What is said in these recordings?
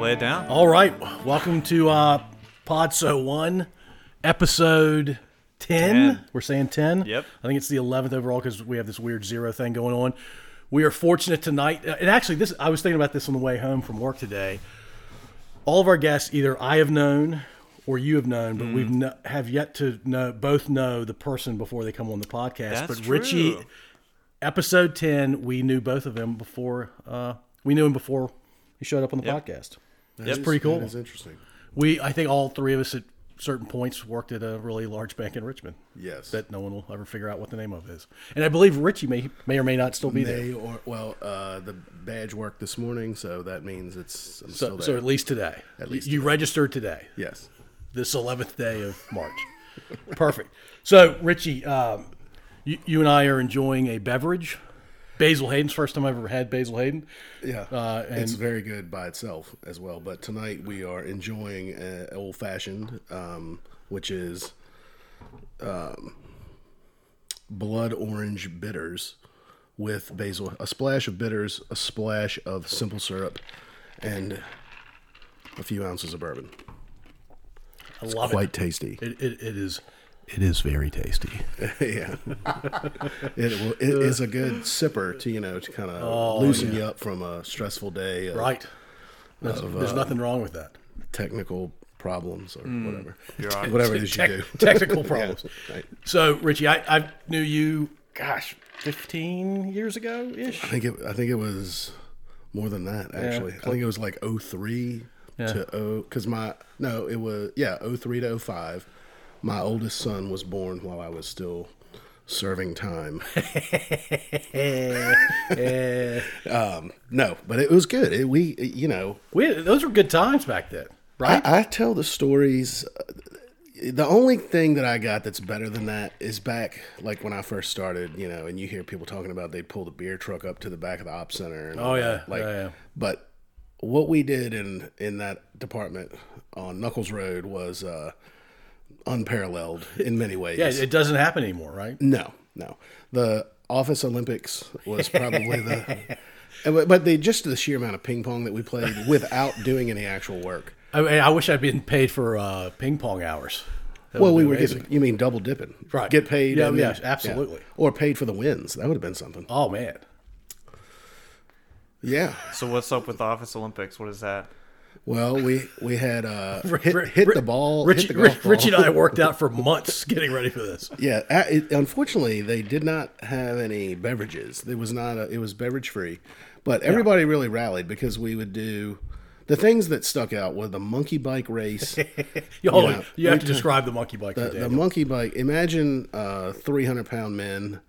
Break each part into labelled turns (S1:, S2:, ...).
S1: lay it down.
S2: All right, welcome to uh, Pod So One, episode 10
S1: 10.
S2: We're saying ten.
S1: Yep.
S2: I think it's the eleventh overall because we have this weird zero thing going on. We are fortunate tonight, uh, and actually, this I was thinking about this on the way home from work today. All of our guests, either I have known or you have known, but
S1: Mm.
S2: we've no, have yet to know both know the person before they come on the podcast.
S1: That's
S2: but Richie,
S1: true.
S2: episode ten, we knew both of them before. Uh, we knew him before he showed up on the podcast.
S1: is-
S2: That's pretty cool.
S3: That is interesting.
S2: We, I think all three of us at certain points worked at a really large bank in Richmond
S3: Yes.
S2: that no one will ever figure out what the name of is. And I believe Richie may may or may not still be there.
S3: they or well, uh, the badge worked this morning, so that means it's I'm
S2: So,
S3: still there.
S2: so at least today.
S3: At least
S2: you registered today,
S3: yes.
S2: this 11th day of March. Perfect. So, Richie, um, you, you and I are enjoying a beverage. Basil Hayden's first time I've ever had Basil Hayden.
S3: Yeah,
S2: Uh, and
S3: it's very good by itself as well. But tonight we are enjoying uh, old fashioned, um, which is um, blood orange bitters with basil, a splash of bitters, a splash of simple syrup, and a few ounces of bourbon.
S2: I love
S3: Quite tasty.
S2: it. It, it. It is. It is very tasty.
S3: yeah, it, will, it is a good sipper to you know to kind of loosen you up from a stressful day, of
S2: Oh, Right. There's, there's nothing wrong with that.
S3: Technical problems or whatever,
S1: You're on.
S3: whatever it is you do.
S2: Mm, Tech- technical problems.
S3: right.
S2: So, Richie, I, I knew you, gosh, 15 years ago ish.
S3: I think it. I think it was more than that actually. I think it was like 03 to 0 because my no, it was yeah 03 to 05. My oldest son was born while I was still serving time. Eh, No, but it was good. It, we you know
S2: we, those were good times back then, right?
S3: I, I tell the stories. uh, The only thing that I got that's better than that is back, like when I first started, you know, and you hear people talking about they pull the beer truck up to the back of the op center. And all
S2: Oh, yeah,
S3: that. like,
S2: yeah, yeah.
S3: but what we did in in that department on Knuckles Road was uh, unparalleled in many ways.
S2: yeah, it doesn't happen anymore, right?
S3: No, no. The Office Olympics was probably the. But but they just the sheer amount of ping pong that we played without doing any actual work.
S2: I, mean, I wish I'd been paid for uh, ping pong hours. That
S3: well,
S2: would've
S3: we
S2: been
S3: were
S2: amazing.
S3: getting. You mean double dipping?
S2: Right.
S3: Get paid.
S2: Yeah,
S3: and
S2: yeah, absolutely.
S3: yeah. Or paid for the wins. That would have been something.
S2: Oh, man.
S3: Yeah.
S1: So what's up with the Office Olympics? What is that?
S3: Well, we we had uh, hit, hit the ball.
S2: Richie,
S3: hit the golf
S2: Rich-
S3: ball.
S2: Richie and I worked out for months getting ready for this.
S3: Yeah. uh, It, unfortunately, they did not have any beverages. It was not. A, it was beverage free, but everybody really rallied because we would do. The things that stuck out were the monkey bike race.
S2: You, hold on.
S3: Yeah.
S2: you have to describe the monkey bike. for
S3: Uh, the
S2: Daniel.
S3: monkey bike. Imagine uh, three hundred pound men,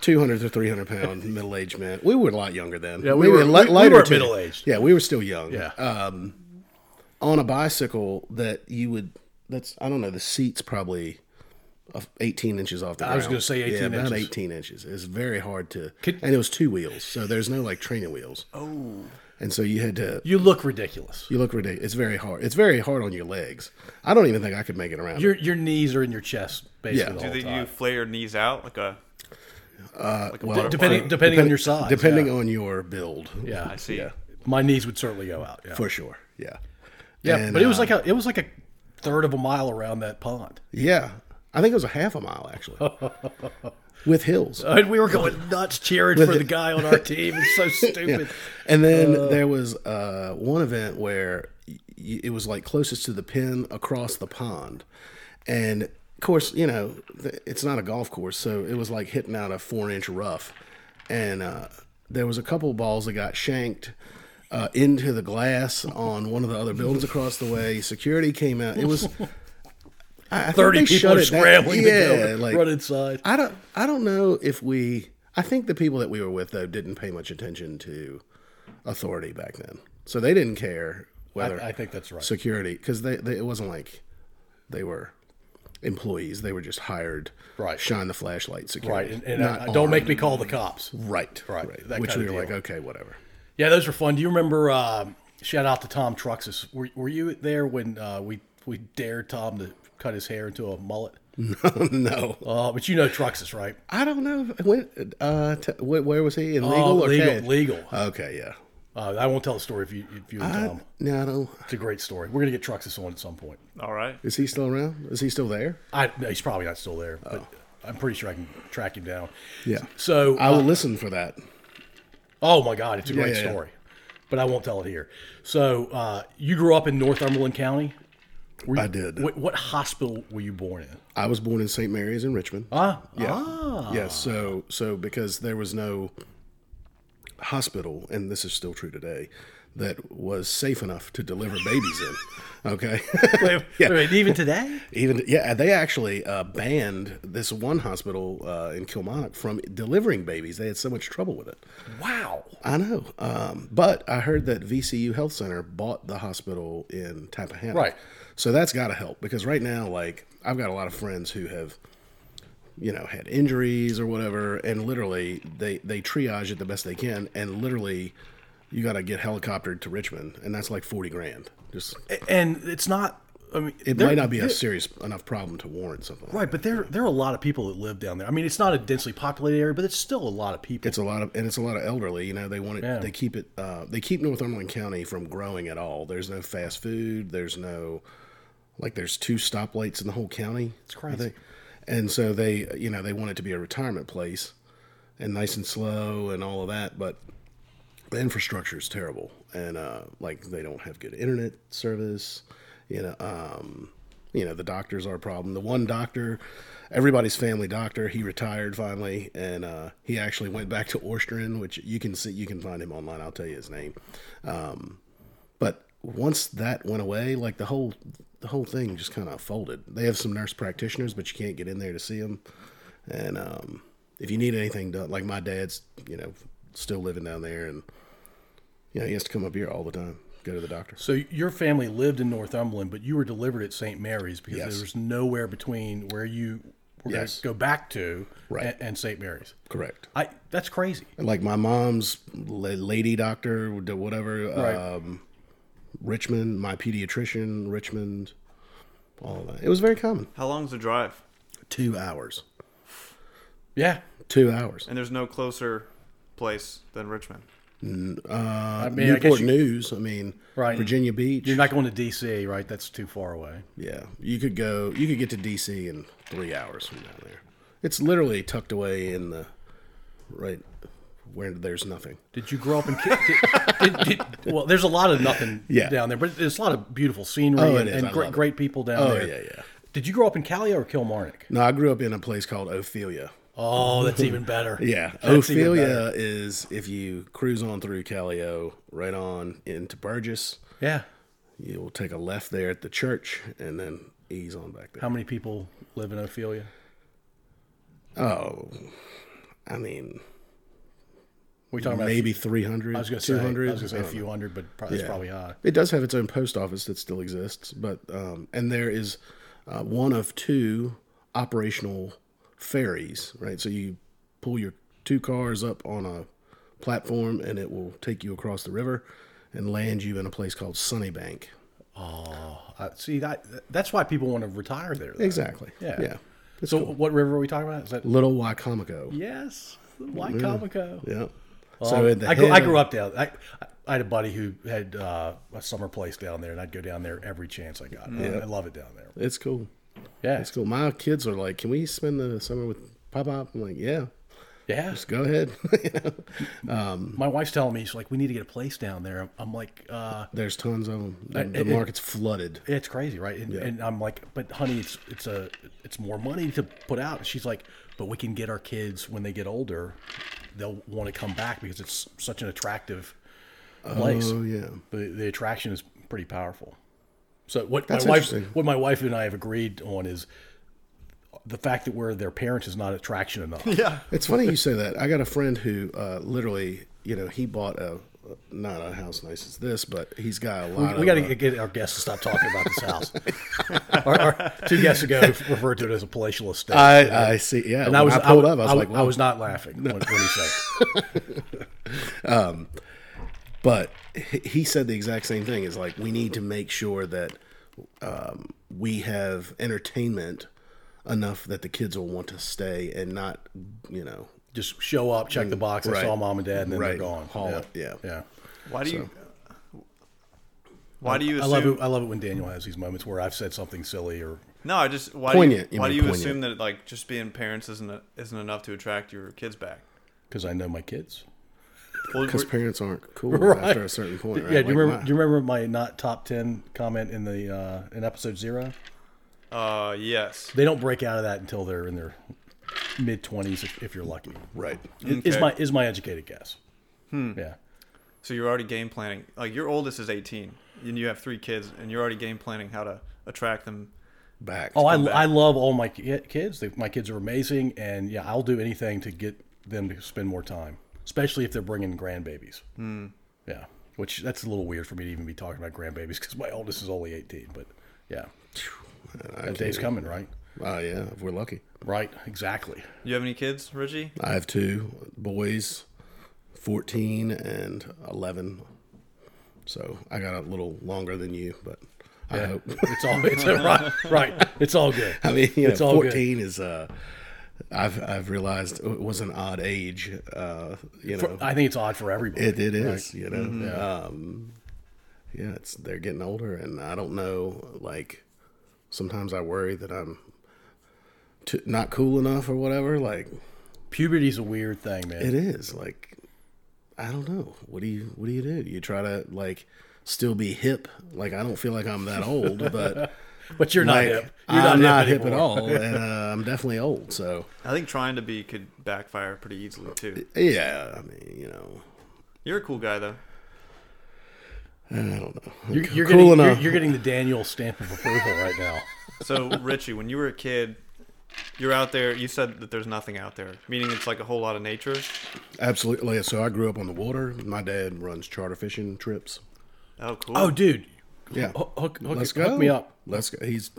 S3: two hundred to three hundred pound middle aged men. We were a lot younger then. Yeah,
S2: we were-
S3: li-
S2: we- we
S3: lighter
S2: weren't
S3: too.
S2: middle-aged.
S3: Yeah, we were still young.
S2: Yeah.
S3: Um, on a bicycle that you would. That's I don't know. The seat's probably of eighteen inches off the ground.
S2: was gonna say 18
S3: yeah,
S2: inches.
S3: about eighteen inches. It's very hard to. and it was two wheels, so there's no like training wheels. Oh. And so you had to.
S2: you look ridiculous.
S3: You look ridiculous. It's very hard. It's very hard on your legs. I don't even think I could make it around.
S2: Your, your knees are in your chest, basically.
S3: Yeah.
S2: the
S3: Do
S2: whole
S1: Do they,
S2: time.
S1: you flare your knees out like a? like a
S3: well,
S1: butterfly?
S2: Depending, depending, on your size.
S3: depending on your build.
S2: yeah.
S1: I see.
S2: my knees would certainly go out. Yeah,
S3: for sure. Yeah,
S2: yeah
S3: And,
S2: but it was
S3: uh,
S2: like a it was like a third of a mile around that pond.
S3: yeah. I think it was a half a mile actually, with hills.
S2: And we were going nuts cheering for the guy on our team. It's so
S3: Yeah.
S2: stupid.
S3: And then there was uh, one event where y- y- it was like closest to the pin across the pond, and of course you know th- it's not a golf course, so it was like hitting out a four inch rough, and uh, there was a couple balls that got shanked. Uh, into the glass on one of the other buildings across the way. Security came out. It was I- I think
S2: Thirty
S3: they
S2: people
S3: shut
S2: are
S3: it down.
S2: scrambling to
S3: Yeah,
S2: go
S3: like
S2: run inside.
S3: I don't I don't know if we I think the people that we were with though didn't pay much attention to authority back then. So they didn't care whether
S2: I think that's right.
S3: security cuz they, they it wasn't like they were employees, they were just hired
S2: Right.
S3: shine the flashlight
S2: right,
S3: security.
S2: and, and
S3: not
S2: I- don't make
S3: armed.
S2: me call the cops.
S3: right
S2: Right,
S3: right,
S2: that
S3: which
S2: kinda
S3: we were like
S2: deal.
S3: okay, whatever.
S2: Yeah, those were fun. Do you remember? Um, shout out to Tom Truxas. Were, were you there when uh, we we dared Tom to cut his hair into a mullet?
S3: no.
S2: Uh, but you know Truxas, right?
S3: I don't know if, when uh t- wh- where was he in legal or
S2: legal,
S3: CAD?
S2: legal.
S3: Okay, yeah.
S2: Uh, I won't tell the story if you if you
S3: I,
S2: tell them.
S3: no, I don't.
S2: It's a great story. We're gonna get Truxus on at some point.
S1: All right.
S3: Is he still around? Is he still there?
S2: I no, he's probably not still there, but I'm pretty sure I can track him down.
S3: Oh. Yeah.
S2: So uh,
S3: I will listen for that.
S2: Oh my God, it's a great
S3: yeah, yeah.
S2: story, but I won't tell it here. So uh, you grew up in Northumberland County. Were you-
S3: I did.
S2: What, what hospital were you born in?
S3: I was born in St. Mary's in Richmond.
S2: Ah,
S3: Yeah.
S2: ah,
S3: Yeah. So so because there was no hospital, and this is still true today, that was safe enough to deliver babies in. Okay.
S2: Wait, wait, even today?
S3: Even yeah, they actually uh, banned this one hospital uh, in Kilmarnock from delivering babies. They had so much trouble with it.
S2: Wow.
S3: I know, um, but I heard that VCU Health Center bought the hospital in Tappahannock.
S2: Right.
S3: So that's got to help because right now, like, I've got a lot of friends who have, you know, had injuries or whatever, and literally they they triage it the best they can, and literally, you got to get helicoptered to Richmond, and that's like forty grand. Just
S2: Eh, And it's not. I mean,
S3: it
S2: there-
S3: might not be a serious enough problem to warrant something.
S2: right, but there there are a lot of people that live down there. I mean, it's not a densely populated area, but it's still a lot of people.
S3: It's a lot of, and it's a lot of elderly. You know, they want it.
S2: Yeah.
S3: They keep it. Uh, they keep Northumberland County from growing at all. There's no fast food. There's no, like, there's two stoplights in the whole county. It's
S2: crazy.
S3: And so they, you know, they want it to be a retirement place, and nice and slow and all of that. But the infrastructure is terrible, and uh, like they don't have good internet service. You know, um, you know the doctors are a problem. The one doctor, everybody's family doctor, he retired finally, and uh, he actually went back to Orstrin, which you can see, you can find him online. I'll tell you his name. Um, but once that went away, like the whole the whole thing just kind of folded. They have some nurse practitioners, but you can't get in there to see them. And um, if you need anything done, like my dad's, you know, still living down there, and you know he has to come up here all the time, go to the doctor.
S2: So your family lived in Northumberland, but you were delivered at St. Mary's because
S3: Yes.
S2: there was nowhere between where you were
S3: Yes.
S2: going to go back to
S3: Right.
S2: and, and St. Mary's.
S3: Correct.
S2: I that's crazy.
S3: Like my mom's la- lady doctor, whatever,
S2: Right.
S3: um, Richmond, my pediatrician, Richmond, all that. It was very common.
S1: How long's the drive?
S3: Two hours.
S2: Yeah.
S3: Two hours.
S1: And there's no closer place than Richmond.
S2: I mean, I guess
S3: Newport
S2: you,
S3: News. I mean,
S2: Right.
S3: Virginia Beach.
S2: you're not going to D.C., right? That's too far away.
S3: yeah, you could go. You could get to DC in three hours from down there. It's literally tucked away in the right where there's nothing.
S2: Did you grow up in? Ki- did, did, did, well, there's a lot of nothing
S3: Yeah.
S2: down there, but there's a lot of beautiful scenery
S3: Oh, it
S2: and,
S3: is.
S2: and
S3: I love
S2: great,
S3: it.
S2: great people down
S3: Oh,
S2: there.
S3: yeah, yeah.
S2: Did you grow up in Calia or Kilmarnock?
S3: No, I grew up in a place called Ophelia.
S2: Oh, that's even better.
S3: Yeah,
S2: That's even better.
S3: Ophelia is if you cruise on through Callio, right on into Burgess,
S2: Yeah.
S3: you'll take a left there at the church, and then ease on back there.
S2: How many people live in Ophelia?
S3: Oh, I mean,
S2: We're talking about.
S3: maybe 300,
S2: I was going to say. I was
S3: 200.
S2: going to say a few hundred, but probably, that's
S3: Yeah.
S2: probably high.
S3: It does have its own post office that still exists, but um, and there is uh, one of two operational ferries, right? So you pull your two cars up on a platform, and it will take you across the river and land you in a place called Sunnybank.
S2: Uh, see that? That's why people want to retire there. though.
S3: Exactly.
S2: Yeah.
S3: Yeah. It's
S2: So, what river are we talking about? Is that?
S3: Little Wicomico. Yeah.
S2: Yes. Why Comico?
S3: so at the
S2: I grew, I
S3: head
S2: grew
S3: of-
S2: up down. I, I had a buddy who had uh, a summer place down there, and I'd go down there every chance I got. I, I love it down there.
S3: It's cool.
S2: Yeah,
S3: It's cool. My kids are like, "Can we spend the summer with Pop Pop?" I'm like, "Yeah,
S2: yeah.
S3: just go ahead." You know?
S2: My wife's telling me she's like, "We need to get a place down there." I'm, I'm like, uh,
S3: There's tons of them. The, the
S2: it-
S3: market's flooded.
S2: "It's crazy, right?" And, and I'm like, "But honey, it's it's a it's more money to put out." She's like, "But we can get our kids when they get older; they'll want to come back because it's such an attractive place."
S3: Oh yeah.
S2: the, the attraction is pretty powerful. So what
S3: That's
S2: my wife
S3: interesting.
S2: what my wife and I have agreed on is the fact that we're their parents is not attraction enough.
S1: Yeah.
S3: It's funny you say that. I got a friend who uh, literally, you know, he bought a not a house nice as this, but he's got a lot.
S2: We got
S3: of, uh,
S2: to get our guests to stop talking about this house. our, our two guests ago referred to it as a palatial estate.
S3: I, I see. Yeah.
S2: and I was,
S3: I
S2: I,
S3: pulled
S2: was,
S3: up. I was like, wow.
S2: was not laughing when, when he said it.
S3: but he- he said the exact same thing. Is like we need to make sure that um, we have entertainment enough that the kids will want to stay and not, you know,
S2: just show up, check the box. I
S3: Mm, Right.
S2: saw mom and dad, and then
S3: Right.
S2: they're gone.
S3: Haul
S2: yeah.
S3: it, yeah.
S2: yeah.
S1: Why do you? Why do you?
S2: I
S1: Assume,
S2: love it. I love it when Daniel has these moments where I've said something silly or
S1: No, I just why
S3: Poignant,
S1: do
S3: you
S1: you, why do you
S3: mean poignant.
S1: assume that like just being parents isn't isn't enough to attract your kids back?
S2: because I know my kids.
S1: Well,
S3: Because
S1: we're-
S3: parents aren't cool after a certain point. Right?
S2: Yeah, do you
S3: Like,
S2: remember?
S3: my-
S2: Do you remember my not top ten comment in the uh, in episode zero?
S1: uh, yes.
S2: They don't break out of that until they're in their mid twenties, if, if you're lucky.
S3: right.
S2: It- Is
S1: Okay.
S2: my is my educated guess?
S3: Hmm.
S2: Yeah,
S1: So you're already game planning. Like your oldest is 18, and you have three kids, and you're already game planning how to attract them.
S3: Back.
S2: Oh, I, I love all my ki- kids. They, my kids are amazing, and yeah, I'll do anything to get them to spend more time, especially if they're bringing grandbabies.
S3: Hmm.
S2: Yeah, which that's a little weird for me to even be talking about grandbabies because my oldest is only eighteen. But yeah, that day's coming, right?
S3: Oh, yeah. If we're lucky.
S2: Right, exactly.
S1: You have any kids, Richie?
S3: I have two boys, 14 and 11. So I got a little longer than you, but I hope.
S2: It's all it's right, right. It's all good.
S3: I mean, you know,
S2: It's all good.
S3: 14 is, uh, I've, I've realized it was an odd age, uh, you know.
S2: I think it's odd for Mm-hmm. everybody.
S3: It, it is, you know. Um, yeah, it's they're getting older, and I don't know. Like sometimes I worry that I'm too, not cool enough or whatever. Like
S2: Puberty's a weird thing, man.
S3: it is. Like I don't know. What do you What do you do? You try to like still be hip. Like I don't feel like I'm that old, but
S2: but you're not
S3: like
S2: hip. You're
S3: I'm not hip, at
S2: anymore.
S3: all, and uh, I'm definitely old. So
S1: I think trying to be could backfire pretty easily too.
S3: yeah, I mean, you know.
S1: You're a cool guy though.
S3: I don't know.
S2: You're, you're
S3: Cool
S2: getting, you're,
S3: enough.
S2: you're getting the Daniel stamp of approval right now.
S1: So Richie, when you were a kid, you're out there. You said that there's nothing out there, meaning it's like a whole lot of nature.
S3: Absolutely. So I grew up on the water. My dad runs charter fishing trips.
S1: Oh, cool.
S2: Oh, dude.
S3: Yeah.
S2: Hook, hook, hook,
S3: Let's
S2: Oh, hook
S3: go.
S2: me up.
S3: Let's go. He's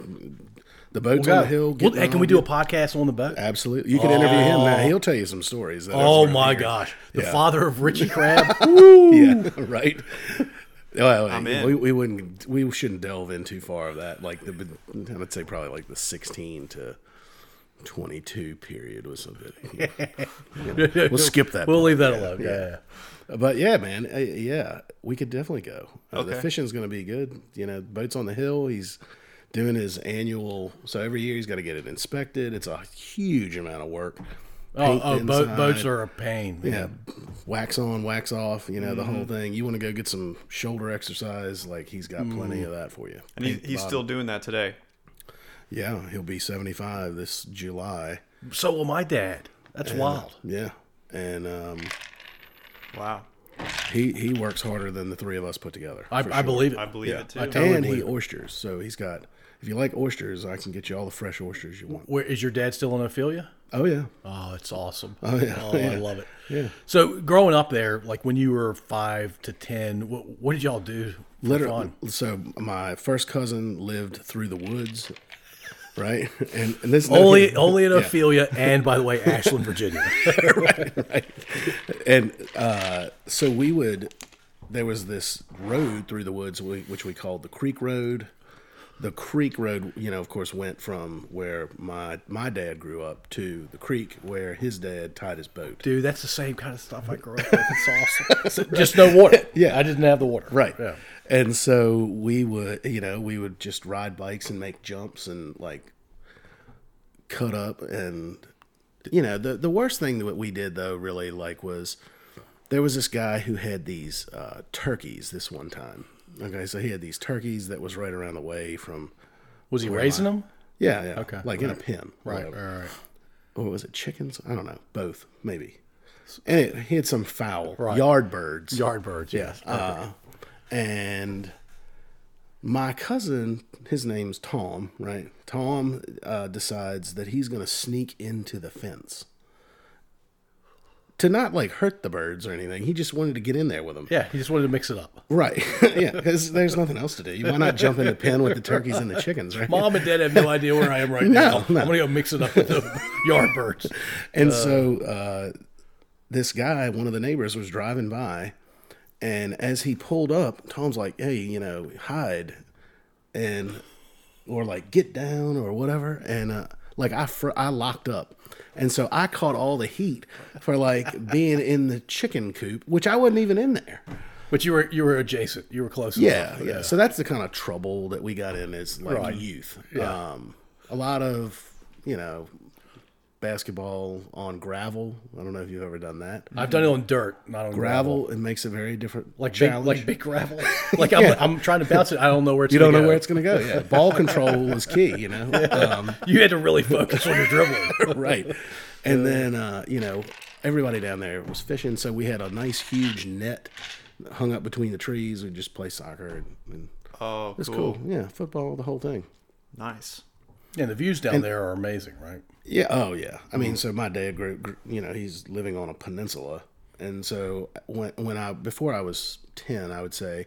S3: the boat's
S2: Go.
S3: on the hill.
S2: Well,
S3: getting
S2: hey, can
S3: on.
S2: we do a podcast on the boat?
S3: Absolutely. You can interview him now. He'll tell you some stories. that
S2: Oh
S3: I've
S2: my
S3: heard.
S2: gosh, the
S3: Yeah.
S2: father of Richie Crab. Woo!
S3: Yeah. Right. Well,
S1: in.
S3: we, we wouldn't. We shouldn't delve in too far of that. Like the, I would say probably like the sixteen to twenty-two period was a bit. We'll skip that.
S2: We'll
S3: part.
S2: leave that alone. Yeah, yeah.
S3: But yeah, man, uh, yeah, we could definitely go. Uh, The
S1: Okay.
S3: fishing's going to be good. You know, boat's on the hill. He's doing his annual. So every year he's got to get it inspected. It's a huge amount of work.
S2: Oh,
S3: Paint
S2: oh
S3: the
S2: boat,
S3: inside.
S2: boats are a pain. man.
S3: Yeah, wax on, wax off. You know the whole thing. You want to go get some shoulder exercise. Like he's got plenty of that for you.
S1: and he's, he's still doing that today.
S3: Yeah, he'll be seventy five this July.
S2: So will my dad. That's wild.
S3: Yeah, and um,
S1: Wow,
S3: he he works harder than the three of us put together.
S2: I,
S3: for
S2: I believe it.
S1: I believe
S3: Yeah,
S1: it too.
S2: I tell- Totally
S3: and he
S2: believe
S3: oysters. So he's got. If you like oysters, I can get you all the fresh oysters you want.
S2: Where is your dad still in Ophelia?
S3: Oh yeah,
S2: Oh, it's awesome.
S3: Oh, yeah.
S2: I
S3: Yeah.
S2: love it.
S3: Yeah.
S2: So growing up there, like when you were five to ten, what, what did y'all do? for
S3: literally.
S2: fun?
S3: So my first cousin lived through the woods, right? And, and this
S2: Only, only in Ophelia, and by the way, Ashland, Virginia.
S3: and uh, so we would. There was this road through the woods, we- which we called the Creek Road. The Creek Road, you know, of course, went from where my my dad grew up to the creek where his dad tied his boat.
S2: Dude, that's the same kind of stuff I grew up with. It's awesome. So just no water.
S3: Yeah.
S2: I didn't have the water.
S3: Right.
S2: Yeah.
S3: And so we would, you know, we would just ride bikes and make jumps and like cut up and you know, the the worst thing that we did though really like was there was this guy who had these uh, turkeys this one time. Okay, so he had these turkeys that was right around the way from
S2: Was he raising them?
S3: yeah, yeah.
S2: Okay,
S3: Like in a pen.
S2: Right.
S3: whatever
S2: All right.
S3: or was it chickens? I don't know. Both, maybe. And it, he had some fowl,
S2: Right.
S3: yard birds.
S2: Yard birds. Yes.
S3: Uh, and my cousin, his name's Tom, right? Tom uh, decides that he's going to sneak into the fence to not like hurt the birds or anything. He just wanted to get in there with them.
S2: yeah. He just wanted to mix it up.
S3: Right. yeah. Because there's nothing else to do. Why not jump in the pen with the turkeys and the chickens, right?
S2: Mom and dad have no idea where I am right now. I'm going to go mix it up with the yard birds.
S3: And so uh, this guy, one of the neighbors, was driving by, and as he pulled up, Tom's like, "Hey, you know, hide," and or like get down or whatever, and uh, like I fr- I locked up. And so I caught all the heat for like being in the chicken coop, which I wasn't even in there.
S2: But you were you were adjacent. You were close.
S3: Yeah,
S2: enough.
S3: yeah, So that's the kind of trouble that we got in as like
S2: Right.
S3: youth.
S2: Yeah.
S3: Um, a lot of you know basketball on gravel. I don't know if you've ever done that.
S2: I've done it on dirt, not on gravel.
S3: Gravel it makes a very different
S2: Like big,
S3: challenge.
S2: like big gravel. Like I'm, I'm trying to bounce it. I don't know where it's
S3: you don't
S2: gonna
S3: know
S2: go.
S3: where it's going to go. Yeah, ball control was key. You know, um,
S2: You had to really focus on your dribbling.
S3: right. And then uh, you know everybody down there was fishing, so we had a nice huge net hung up between the trees. We just play soccer and, and
S1: Oh,
S3: it's
S1: cool.
S3: cool. Yeah, football, the whole thing.
S1: Nice.
S2: Yeah, the views down there are amazing, right?
S3: Yeah. Oh, yeah. I mean, so my dad grew, grew. You know, he's living on a peninsula, and so when when I before I was ten, I would say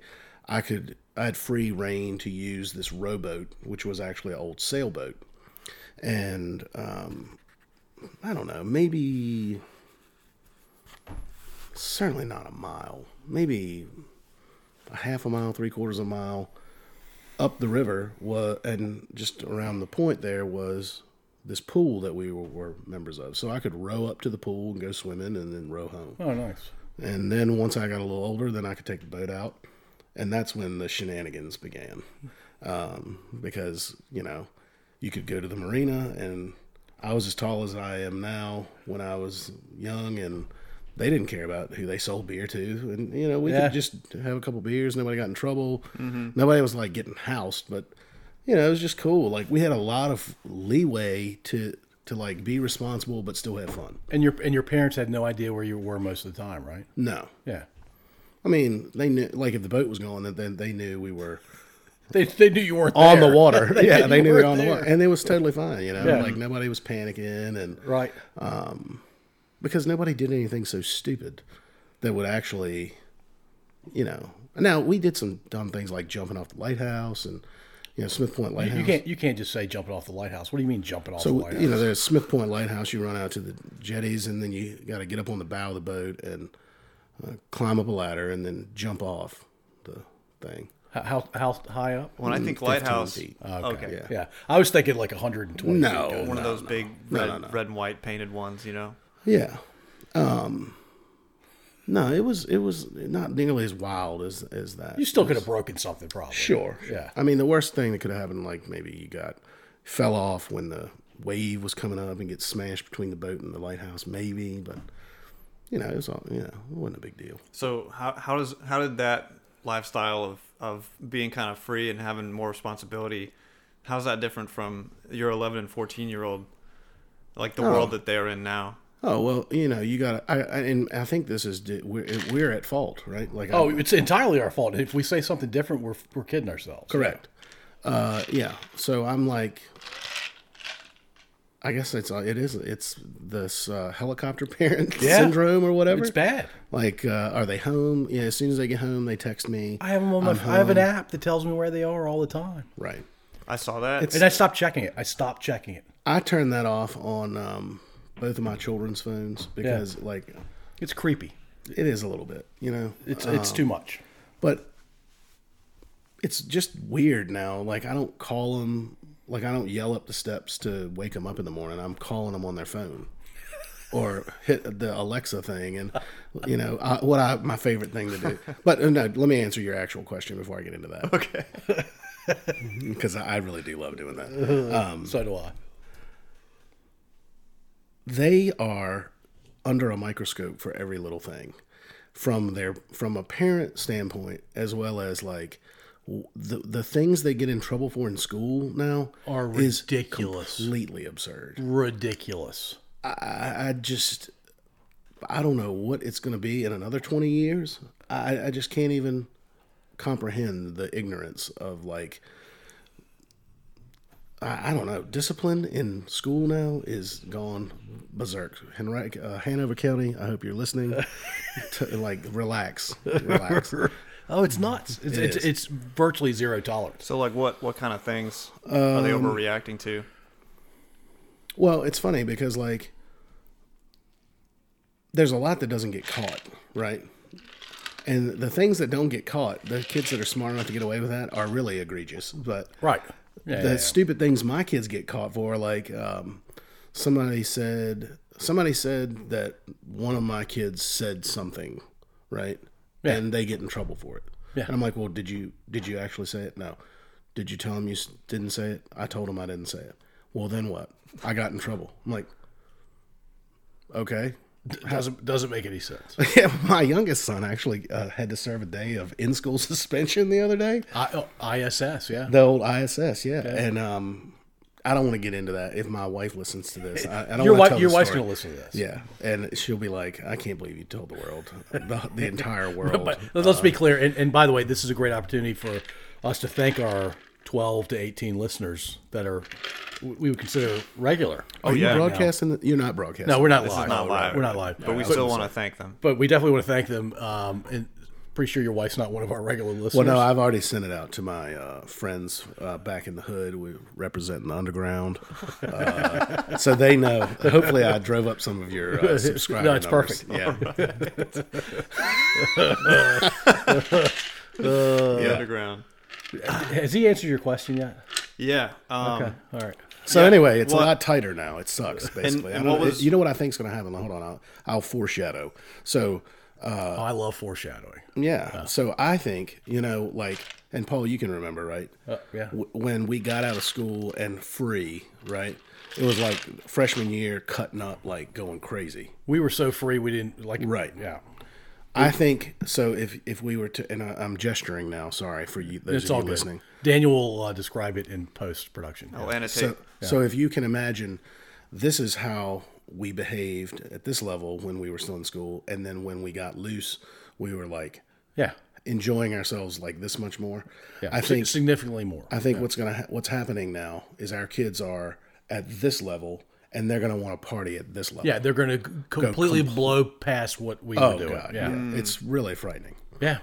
S3: I could I had free reign to use this rowboat, which was actually an old sailboat, and um, I don't know, maybe certainly not a mile, maybe a half a mile, three quarters of a mile up the river was, and just around the point there was this pool that we were, were members of. So I could row up to the pool and go swimming, and then row home.
S2: Oh, nice.
S3: And then once I got a little older, then I could take the boat out, and that's when the shenanigans began, um, because you know you could go to the marina, and I was as tall as I am now when I was young, and they didn't care about who they sold beer to, and you know we
S2: Yeah.
S3: could just have a couple beers. Nobody got in trouble. Nobody was like getting housed, but you know it was just cool. Like we had a lot of leeway to to like be responsible but still have fun.
S2: And your and your parents had no idea where you were most of the time, right?
S3: No,
S2: Yeah.
S3: I mean, they knew like if the boat was going, then- then they knew we were
S2: They, they knew you weren't
S3: on
S2: there.
S3: the water. yeah,
S2: knew
S3: they
S2: you
S3: knew we were
S2: weren't
S3: on the water,
S2: there.
S3: and it was totally fine. You know,
S2: Yeah.
S3: like nobody was panicking, and
S2: Right.
S3: because nobody did anything so stupid that would actually, you know. Now we did some dumb things like jumping off the lighthouse and you know Smith Point Lighthouse.
S2: You can't you can't just say jumping off the lighthouse. What do you mean jumping off the
S3: So
S2: lighthouse?
S3: you know, there's Smith Point Lighthouse. You run out to the jetties, and then you got to get up on the bow of the boat and uh, climb up a ladder and then jump off the thing.
S2: how, how how high up?
S1: When I think lighthouse,
S3: Mm-hmm. feet.
S1: okay,
S2: Yeah, I was thinking like 120.
S3: No,
S2: feet,
S1: one
S3: no,
S1: of those
S3: no.
S1: big
S3: No,
S1: red,
S3: no, no.
S1: red and white painted ones, you know.
S3: Yeah. Um no, it was it was not nearly as wild as as that.
S2: you still could have broken something, probably.
S3: sure.
S2: Yeah.
S3: I mean, the worst thing that could have happened like maybe you got fell off when the wave was coming up and get smashed between the boat and the lighthouse maybe, but you know, it was all, you know, it wasn't a big deal.
S1: So how how does how did that lifestyle of of being kind of free and having more responsibility, how's that different from your 11 and 14 year old, like the world that they're in now?
S3: Oh, well, you know, you got I, I and I think this is di- we're we're at fault, right? Like I-
S2: Oh, it's entirely our fault. If we say something different, we're we're kidding ourselves.
S3: Correct. Uh, yeah. So I'm like, I guess it's uh, it is it's this uh, helicopter parent
S2: Yeah.
S3: syndrome or whatever.
S2: It's bad.
S3: Like, uh, are they home? Yeah. As soon as they get home, they text me.
S2: I have them on my.
S3: I'm
S2: I have an
S3: home.
S2: app that tells me where they are all the time,
S3: Right.
S1: I saw that.
S2: and I stopped checking it. I stopped checking it.
S3: I turn that off on um, both of my children's phones because, like,
S2: It's creepy.
S3: it is a little bit, you know.
S2: It's it's
S3: Oh.
S2: too much.
S3: but it's just weird now. Like I don't call them, like I don't yell up the steps to wake them up in the morning. I'm calling them on their phone or hit the Alexa thing, and you know I, what I my favorite thing to do. But uh, no, let me answer your actual question before I get into that. Okay. Because I really do love doing that.
S2: So do I.
S3: They are under a microscope for every little thing, from their from a parent standpoint as well as like w- the the things they get in trouble for in school now
S2: Are
S3: is
S2: ridiculous.
S3: completely absurd.
S2: Ridiculous.
S3: I, I just I don't know what it's going to be in another 20 years. I, I just can't even comprehend the ignorance of like I, I don't know discipline in school now is gone berserk. Henrique, uh, Hanover County, I hope you're listening. to, like relax, relax.
S2: Oh, it's nuts. It's it's,
S3: is.
S2: it's virtually zero tolerance.
S1: so like what what kind of things are they
S3: Um,
S1: overreacting to?
S3: Well, it's funny because like there's a lot that doesn't get caught, right? And the things that don't get caught, the kids that are smart enough to get away with that are really egregious. But
S2: Right. Yeah.
S3: the
S2: yeah, yeah.
S3: stupid things my kids get caught for, like um, somebody said, somebody said that one of my kids said something, right?
S2: Yeah.
S3: and they get in trouble for it.
S2: Yeah.
S3: And I'm like, well, did you did you actually say it? No. Did you tell him you s- didn't say it? I told him I didn't say it. Well, then what? I got in trouble. I'm like, okay.
S2: Doesn't doesn't make any sense.
S3: Yeah, my youngest son actually uh, had to serve a day of in school suspension the other day.
S2: I, oh, ISS, yeah.
S3: The old ISS, yeah. And um, I don't want to get into that if my wife listens to this. I, I don't
S2: Your
S3: wanna
S2: wife,
S3: tell
S2: your
S3: the
S2: wife's
S3: story.
S2: going to listen to this.
S3: Yeah, and she'll be like, "I can't believe you told the world, the, the entire world."
S2: But let- let's be clear. And, and by the way, this is a great opportunity for us to thank our 12 to 18 listeners that are we would consider regular.
S3: Are you
S1: yeah.
S3: broadcasting? the- you're not broadcasting.
S2: oh, No, we're not
S1: This
S2: live.
S1: is not live.
S2: We're not live.
S1: But we still want to thank them.
S2: But we definitely want to thank them. Um, and pretty sure your wife's not one of our regular listeners.
S3: Well, no, I've already sent it out to my uh, friends uh, back in the hood. We representing the underground, uh, so they know. Hopefully, I drove up some of your uh, subscribers.
S2: No, it's perfect.
S3: Yeah,
S1: The underground.
S2: Has he answered your question yet?
S1: Yeah. Um,
S2: Okay. All right.
S3: So anyway, it's
S1: Well-
S3: a lot tighter now. It sucks, basically.
S1: and
S3: I
S1: what
S3: don't-
S1: was-
S3: you know what I think's going to happen? Hold on, I'll, I'll foreshadow. So
S2: oh, I love foreshadowing.
S3: yeah, so I think you know, like, and Paul, you can remember, right?
S2: yeah.
S3: W- when we got out of school and free, right? It was like freshman year, cutting up, like going crazy.
S2: We were so free we didn't like
S3: Right.
S2: Yeah.
S3: I think so. If if we were to, and I, I'm gesturing now. Sorry for you. Those
S2: It's
S3: of
S2: all
S3: you
S2: good.
S3: listening.
S2: Daniel will uh, describe it in post production.
S1: I'll annotate.
S3: So so if you can imagine, this is how we behaved at this level when we were still in school, and then when we got loose, we were like
S2: yeah.
S3: enjoying ourselves like this much more.
S2: Yeah.
S3: I think
S2: significantly more.
S3: I think what's gonna ha- what's happening now is our kids are at this level, and they're gonna want to party at this level.
S2: yeah, they're going to completely blow past what we
S3: Oh
S2: were doing.
S3: god.
S2: yeah.
S3: yeah. It's really frightening.
S2: Yeah.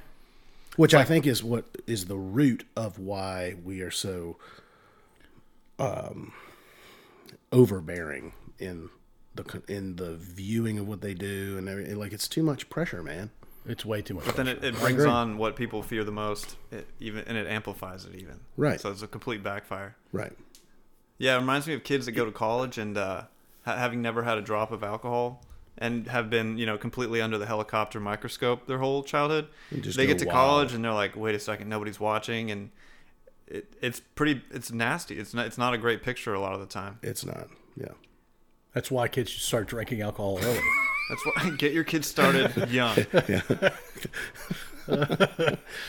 S3: which I think is what is the root of why we are so um, overbearing in the co- in the viewing of what they do and everything. Like it's too much pressure, man.
S2: It's way too much.
S1: Then it, it brings on what people fear the most, it even and it amplifies it even.
S3: Right.
S1: So it's a complete backfire.
S3: Right.
S1: Yeah, it reminds me of kids that go to college and uh, ha- having never had a drop of alcohol and have been, you know, completely under the helicopter microscope their whole childhood.
S3: just
S1: They
S3: go
S1: get to
S3: wild.
S1: college and they're like, "Wait a second, nobody's watching," and it, it's pretty, it's nasty. It's not, it's not a great picture a lot of the time.
S3: It's not. Yeah.
S2: That's why kids should start drinking alcohol early.
S1: That's why get your kids started young.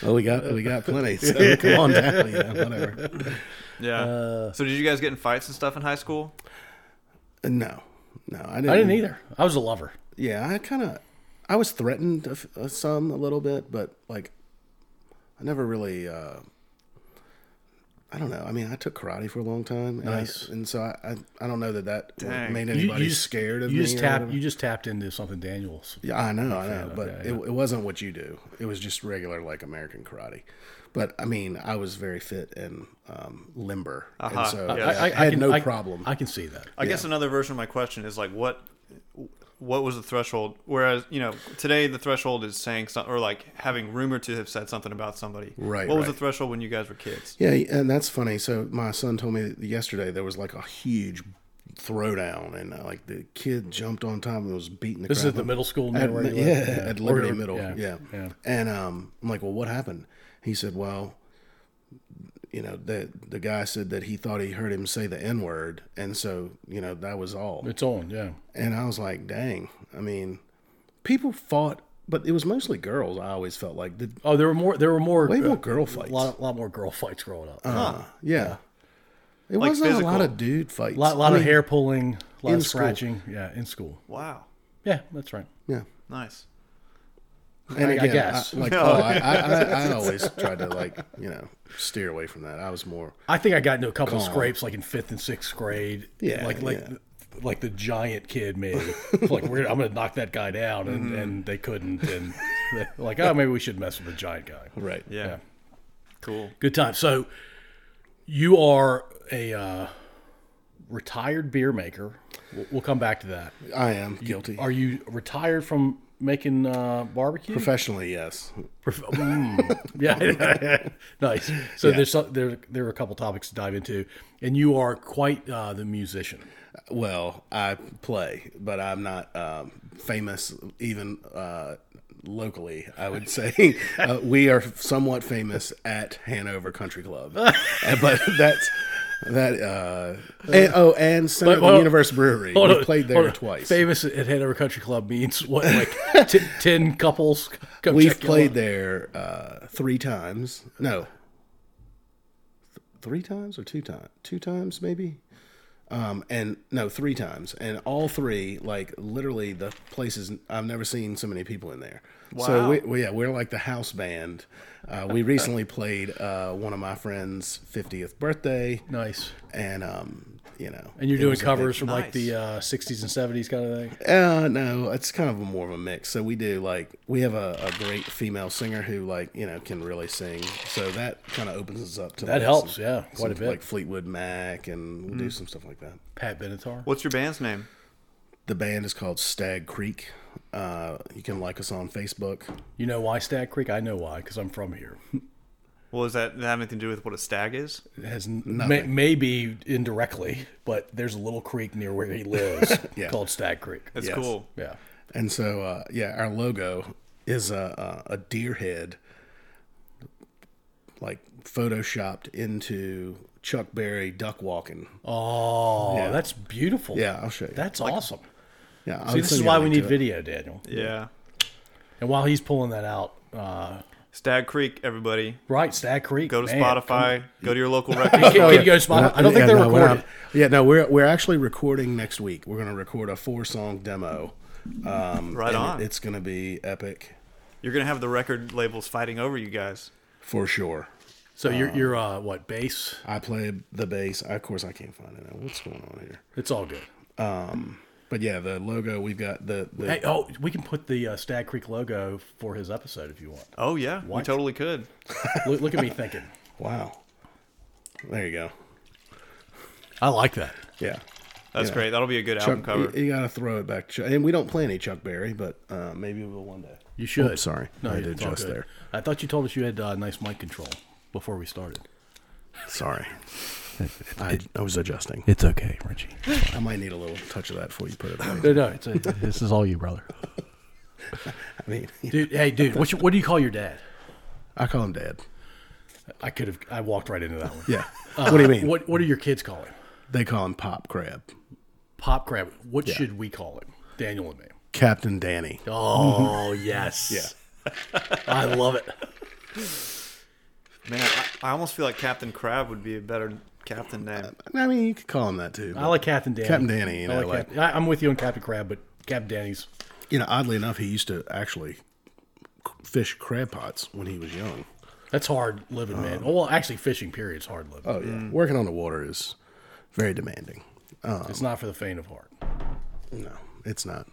S3: Well, we got we got plenty. So come on down. Yeah, whatever.
S1: Yeah.
S3: Uh,
S1: so did you guys get in fights and stuff in high school?
S3: No, no, I didn't.
S2: I didn't either. I was a lover.
S3: Yeah, I kind of, I was threatened of, uh, some a little bit, but like, I never really. Uh, I don't know. I mean, I took karate for a long time, and,
S2: Nice.
S3: I, and so I, I, I don't know that that
S1: Dang.
S3: made
S2: You- you
S3: anybody
S2: just-
S3: scared of
S2: you
S3: me.
S2: Just
S3: or
S2: tap,
S3: whatever.
S2: you just tapped into something Daniel's.
S3: Yeah, I know, I know, but
S2: okay,
S3: it, it wasn't what you do. It was just regular like American karate. But I mean, I was very fit and um, limber,
S2: Uh-huh.
S3: and so
S1: Yeah.
S3: I, I had
S2: can-
S3: no
S2: I-
S3: problem.
S2: I can see that.
S1: I guess another version of my question is like what what was the threshold? Whereas you know today the threshold is saying something or like having rumor to have said something about somebody.
S3: Right,
S1: What was the
S3: right.
S1: threshold when you guys were kids?
S3: Yeah, and that's funny. So my son told me yesterday there was like a huge throwdown, and uh, like the kid jumped on top and was beating the.
S2: This is
S3: crap
S2: at the
S3: out-
S2: middle school
S3: At,
S2: now where you
S3: yeah,
S2: live?
S3: at Liberty
S2: Or-
S3: Middle.
S2: yeah,
S3: Yeah.
S2: yeah.
S3: And um, I'm like, well, what happened? He said, well, you know, the the guy said that he thought he heard him say the n word, and so you know that was all.
S2: It's on, yeah.
S3: And I was like, dang. I mean, people fought, but it was mostly girls. I always felt like the
S2: Oh, there were more. There were more.
S3: way more
S2: uh,
S3: girl fights. Uh-huh.
S2: A lot, lot more girl fights growing up.
S3: Yeah. It
S1: Like
S3: wasn't a lot
S1: physical.
S3: of dude fights.
S2: a lot, lot
S3: I
S2: of
S3: mean,
S2: hair pulling, a lot
S3: in
S2: of
S3: school.
S2: scratching. Yeah, in school.
S1: Wow,
S2: Yeah, that's right.
S3: Yeah.
S1: nice.
S3: And again, I,
S2: guess.
S3: like, oh, I, I, I, I always tried to like, you know, steer away from that. I was more.
S2: I think I got into a couple scrapes like in fifth and sixth grade.
S3: Yeah,
S2: like like
S3: yeah.
S2: like the giant kid me. like we're, I'm gonna knock that guy down,
S3: Mm-hmm.
S2: and, and they couldn't. And they like, oh, maybe we should mess with the giant guy.
S3: Right.
S1: Yeah. Cool.
S2: Good time. So you are a uh, retired beer maker. We'll, we'll come back to that.
S3: I am guilty.
S2: Are you retired from making uh, barbecue?
S3: Professionally, yes.
S2: Prof- mm. yeah, nice. So there's some, there there are a couple topics to dive into, and you are quite uh, the musician.
S3: Well, I play, but I'm not um, famous even uh, locally, I would say uh, we are somewhat famous at Hanover Country Club, Uh, but that's that. Uh, and, oh, and Seneca
S2: hold on.
S3: Universe Brewery.
S2: Hold
S3: We
S2: on,
S3: played
S2: hold
S3: there
S2: on.
S3: twice.
S2: Famous at Hanover Country Club means what, like t- ten couples? Come
S3: We've
S2: check y'all
S3: played
S2: out.
S3: there uh, three times. No, Th- three times or two times? Two times maybe. Um, and no, three times, and all three, like literally, the places I've never seen so many people in there. So
S1: Wow.
S3: we, we, yeah, we're like the house band. Uh, we recently played uh, one of my friend's fiftieth birthday,
S2: Nice.
S3: and um, you know,
S2: And you're
S3: it
S2: doing
S3: was a
S2: covers from like
S1: Nice.
S2: the uh, '60s and '70s kind of thing.
S3: uh, no, it's kind of a more of a mix. So we do like we have a, a great female singer who like you know can really sing. So that kind of opens us up to
S2: That
S3: like,
S2: helps,
S3: some-
S2: yeah, quite a
S3: some,
S2: bit. Mm-hmm.
S3: Like Fleetwood Mac, and we'll do some stuff like that.
S2: Pat Benatar.
S1: What's your band's name?
S3: The band is called Stag Creek. Uh, you can like us on Facebook.
S2: You know why Stag Creek? I know why because I'm from here.
S1: Well, does that, that have anything to do with what a stag is?
S2: It has n- may, maybe indirectly, but there's a little creek near where he lives
S3: Yeah.
S2: called Stag Creek.
S1: That's
S3: Yes.
S1: cool.
S2: Yeah.
S3: And so, uh, yeah, our logo is a, a, a deer head, like photoshopped into Chuck Berry duck walking.
S2: Oh, that's beautiful.
S3: Yeah, I'll show you.
S2: That's awesome.
S3: yeah, I'll
S2: See, this
S3: send
S2: is
S3: you a
S2: why we
S3: link
S2: need
S3: to it.
S2: video, Daniel.
S1: Yeah.
S2: And while he's pulling that out, uh,
S1: Stag Creek, everybody.
S2: right, Stag Creek.
S1: Go to
S2: man, come-
S1: Spotify. Go to your local
S2: Can,
S1: record
S2: can
S1: store.
S2: you go to Spotify? I don't
S3: Oh,
S2: think
S3: Yeah,
S2: they're
S3: no, we're
S2: recorded.
S3: not- yeah, no, we're we're actually recording next week. We're gonna record a four song demo. Um,
S1: Right
S3: and
S1: on.
S3: It's gonna be epic
S1: You're gonna have the record labels fighting over you guys.
S3: for sure.
S2: So you're, you're uh, what, bass?
S3: I play the bass. Of course, I can't find it. Now. What's going on here? Um,
S2: It's all good.
S3: But yeah, the logo we've got the, the
S2: Hey, oh, we can put the uh, Stag Creek logo for his episode if you want.
S1: Oh yeah, we
S2: What?
S1: totally could.
S2: look, look at me thinking.
S3: wow. There you go.
S2: I like that.
S3: Yeah,
S1: That's
S3: Yeah.
S1: great. That'll be a good album
S3: Chuck,
S1: cover.
S3: You, you gotta throw it back, to Chuck. and we don't play any Chuck Berry, but uh, maybe we'll one day.
S2: You should.
S3: Oh, sorry.
S2: no,
S3: I
S2: it's
S3: did
S2: all
S3: just
S2: good.
S3: there.
S2: I thought you told us you had uh, nice mic control before we started.
S3: Sorry, I, I was adjusting.
S2: It's okay, Richie.
S3: I might need a little touch of that before you put it. on.
S2: no, no, it's a, this is all you, brother.
S3: I mean,
S2: Dude, hey, dude, what, you, what do you call your dad?
S3: I call him Dad.
S2: I could have. I walked right into that one.
S3: Yeah. what do you mean?
S2: Uh, What What do your kids call him?
S3: They call him Pop Crab.
S2: Pop crab. What should we call him? Daniel and me.
S3: Captain Danny.
S2: Oh yes. Yeah. I love it.
S1: Man, I, I almost feel like Captain Crab would be a better captain name.
S3: I mean, you could call him that too. but,
S2: I like Captain Danny.
S3: Captain Danny, you
S2: I
S3: know, like-
S2: Captain- I, I'm with you on Captain Crab, but Captain Danny's.
S3: you know, oddly enough, he used to actually fish crab pots when he was young.
S2: That's hard living, man. Well, actually, fishing period's hard living.
S3: Oh yeah. Working on the water is very demanding.
S2: it's not for the faint of heart.
S3: No, it's not.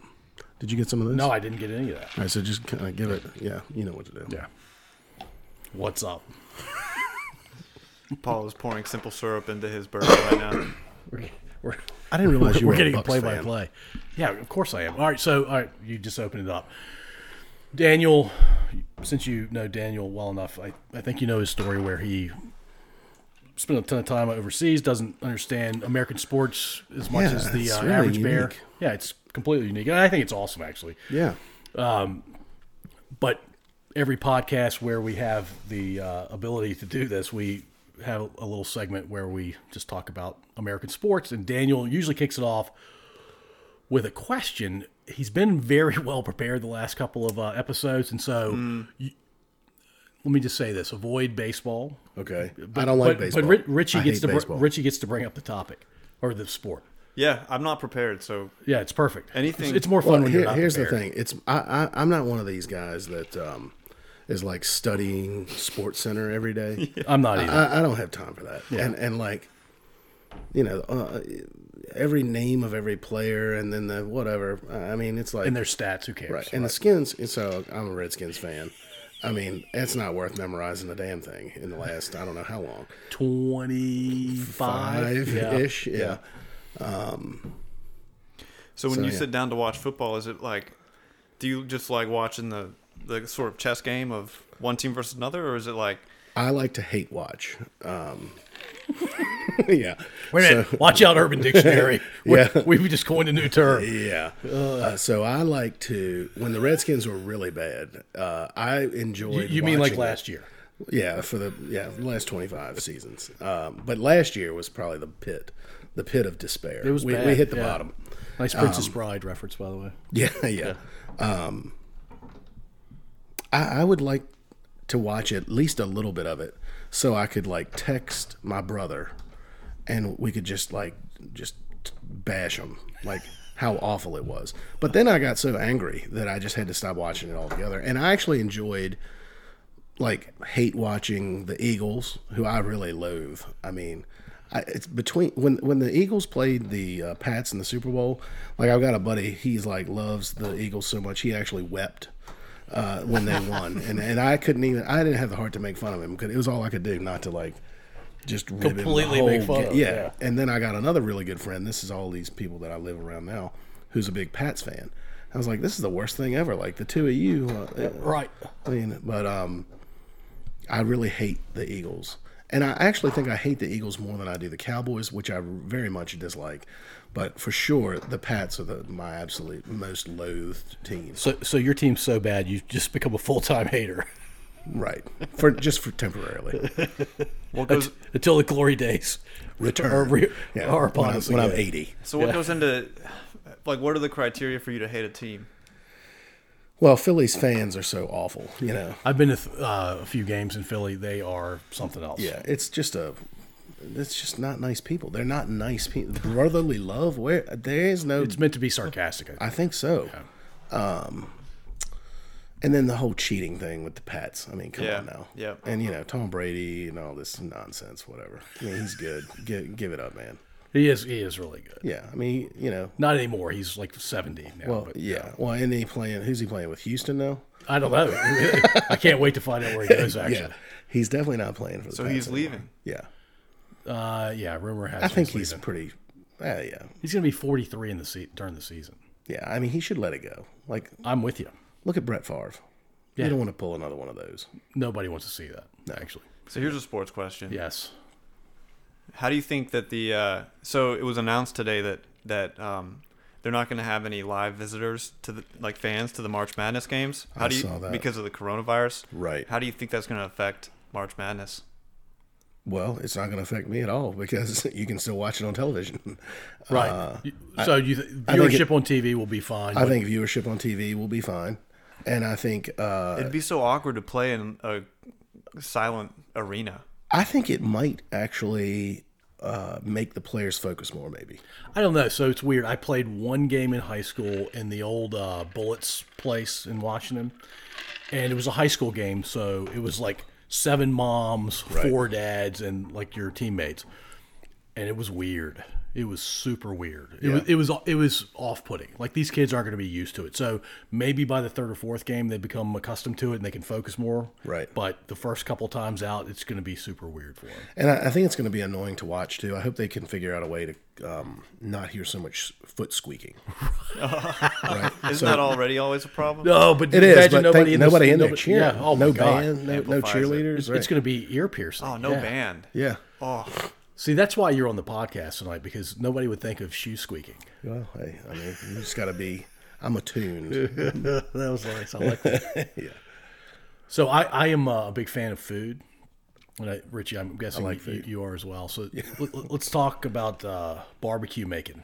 S3: Did you get some of this?
S2: No,
S3: All
S2: I didn't get any of that.
S3: right, so just kind of give it. Yeah, you know what to do.
S2: Yeah. What's up?
S1: Paul is pouring simple syrup into his burger right now.
S2: We're, we're,
S3: I didn't realize you were
S2: we're getting a
S3: a Bucks
S2: play by
S3: fan.
S2: play. Yeah, of course I am. All right, so all right, you just opened it up. Daniel, since you know Daniel well enough, I, I think you know his story where he spent a ton of time overseas, doesn't understand American sports as much
S3: Yeah,
S2: as the
S3: it's
S2: uh,
S3: really
S2: average bear.
S3: unique.
S2: Yeah, it's completely unique. And I think it's awesome, actually.
S3: Yeah.
S2: but every podcast where we have the uh, ability to do this, we have a little segment where we just talk about American sports, and Daniel usually kicks it off with a question. He's been very well prepared the last couple of uh, episodes, and so
S3: Mm.
S2: you- let me just say this: avoid baseball.
S3: Okay. I don't like
S2: but,
S3: baseball.
S2: But Ri- Richie
S3: I
S2: gets
S3: hate
S2: to br-
S3: baseball.
S2: Richie gets to bring up the topic or the sport.
S1: Yeah, I'm not prepared, so
S2: Yeah, it's perfect.
S1: Anything-
S2: It's, it's more fun
S3: Well,
S2: when
S3: here-
S2: you're not
S3: here's
S2: prepared.
S3: the thing it's I, I i'm not one of these guys that um is like studying sports center every day
S2: I'm not either.
S3: I, I don't have time for that and and like you know uh, every name of every player and then the whatever i mean it's like
S2: and their stats, who cares?
S3: right and the skins and so i'm a redskins fan i mean it's not worth memorizing the damn thing in the last i don't know how long
S2: Twenty-five
S3: five ish yeah.
S1: So when
S3: So,
S1: you
S3: yeah.
S1: sit down to watch football, is it like, do you just like watching the the sort of chess game of one team versus another, or is it like
S3: i like to hate watch um yeah.
S2: Wait a minute. Watch out, Urban Dictionary.
S3: Yeah.
S2: we, we just coined a new term.
S3: Yeah. Uh, so I like to when the Redskins were really bad. Uh, I
S2: You,
S3: enjoyed.
S2: you mean like
S3: watching it.
S2: last year?
S3: Yeah, for the yeah the last twenty five seasons. Um, but last year was probably the pit, the pit of despair.
S2: It was
S3: we, we
S2: bad,
S3: hit the
S2: yeah.
S3: bottom.
S2: Nice
S3: Um,
S2: Princess Bride reference, by the way.
S3: Yeah, yeah. Um, I, I would like to watch at least a little bit of it, so I could like text my brother, and we could just like just bash him like how awful it was. But then I got so angry that I just had to stop watching it altogether. And I actually enjoyed like hate watching the Eagles, who I really loathe. I mean, I, it's between when when the Eagles played the uh, Pats in the Super Bowl. Like I've got a buddy, he's like loves the Eagles so much he actually wept uh, when they won, and and I couldn't even I didn't have the heart to make fun of him because it was all I could do not to like just rib him the
S2: Completely
S3: whole
S2: make fun
S3: ga-
S2: of,
S3: yeah.
S2: yeah.
S3: And then I got another really good friend. This is all these people that I live around now, who's a big Pats fan. I was like, this is the worst thing ever. Like the two of you, uh,
S2: Right.
S3: I mean, but um, I really hate the Eagles, and I actually think I hate the Eagles more than I do the Cowboys, which I very much dislike. But for sure, the Pats are the, my absolute most loathed team.
S2: So, so your team's so bad, you just become a full time hater
S3: Right, for just for temporarily.
S1: What goes
S2: until the glory days
S3: Return.
S2: are, re-
S3: Yeah,
S2: are upon
S3: when, I'm,
S2: us.
S3: when I'm
S2: again.
S3: eighty.
S1: so what goes into like what are the criteria for you to hate a team?
S3: Well, Phillies fans are so awful. You know.
S2: I've been to th- uh, a few games in Philly. They are something else.
S3: Yeah, it's just a. It's just not nice people. They're not nice people. Brotherly love. Where there is no
S2: It's meant to be sarcastic. I think.
S3: I think so. Um, and then the whole cheating thing with the Pats. I mean, come
S1: Yeah,
S3: on now.
S1: yeah.
S3: And you know Tom Brady and all this nonsense, whatever. I mean, he's good. give, give it up, man.
S2: He is he is really good.
S3: Yeah. I mean, you know.
S2: Not anymore. He's like seventy now.
S3: Well,
S2: but
S3: yeah. Well, and he playing. Who's he playing with? Houston now.
S2: I don't know. I can't wait to find out where he goes. Actually,
S3: Yeah. He's definitely not playing for the.
S1: So
S3: Pats
S1: he's
S3: anymore.
S1: leaving.
S3: Yeah.
S2: yeah, uh, yeah rumor has.
S3: I think
S2: he's
S3: he's
S2: leaving.
S3: pretty. Uh, yeah.
S2: he's going to be forty three in the se- during the season.
S3: Yeah. I mean, he should let it go. Like,
S2: I'm with you.
S3: look at Brett Favre. You don't want to pull another one of those.
S2: Nobody wants to see that. Actually,
S1: So here's a sports question.
S2: yes.
S1: How do you think that the uh, so it was announced today that that um, they're not going to have any live visitors to the like fans to the March Madness games? How
S3: I
S1: do you
S3: saw that.
S1: because of the coronavirus?
S3: Right.
S1: How do you think that's going to affect March Madness?
S3: Well, it's not going to affect me at all because you can still watch it on television.
S2: Right. You- so you th-
S3: Uh, think it-
S2: viewership on TV will be fine.
S3: I
S2: but
S3: think viewership on TV will be fine, and I think uh,
S1: It'd be so awkward to play in a silent arena.
S3: I think it might actually uh, make the players focus more. Maybe
S2: I don't know. So it's weird. I played one game in high school in the old uh, Bullets place in Washington, and it was a high school game. So it was like seven moms, four dads, and like your teammates, and it was weird. It was super weird. It was it was it was off putting. Like these kids aren't going to be used to it. So maybe by the third or fourth game they become accustomed to it and they can focus more.
S3: Right.
S2: But the first couple times out, it's going to be super weird for them.
S3: and I, I think it's going to be annoying to watch too. I hope they can figure out a way to um, not hear so much foot squeaking. right?
S1: Isn't that already always a problem?
S2: No, Oh, but
S3: It is,
S2: imagine
S3: but nobody, in,
S2: the-
S3: nobody in there
S2: nobody-
S3: cheering.
S2: Yeah, oh my
S3: no
S2: God.
S3: band, no, no
S1: Amplifies it.
S3: cheerleaders.
S1: It's-
S3: Right?
S2: It's going to be ear piercing.
S1: Oh, no
S2: Yeah.
S1: band.
S3: yeah.
S1: Oh,
S2: See, that's why you're on the podcast tonight because nobody would think of shoe squeaking.
S3: Well, hey, I mean, you just got to be. I'm attuned.
S2: that was nice. I like that. yeah. So I, I am uh, a big fan of food. And I, Richie, I'm guessing you, you- you are as well. So let- let- let's talk about uh, barbecue making.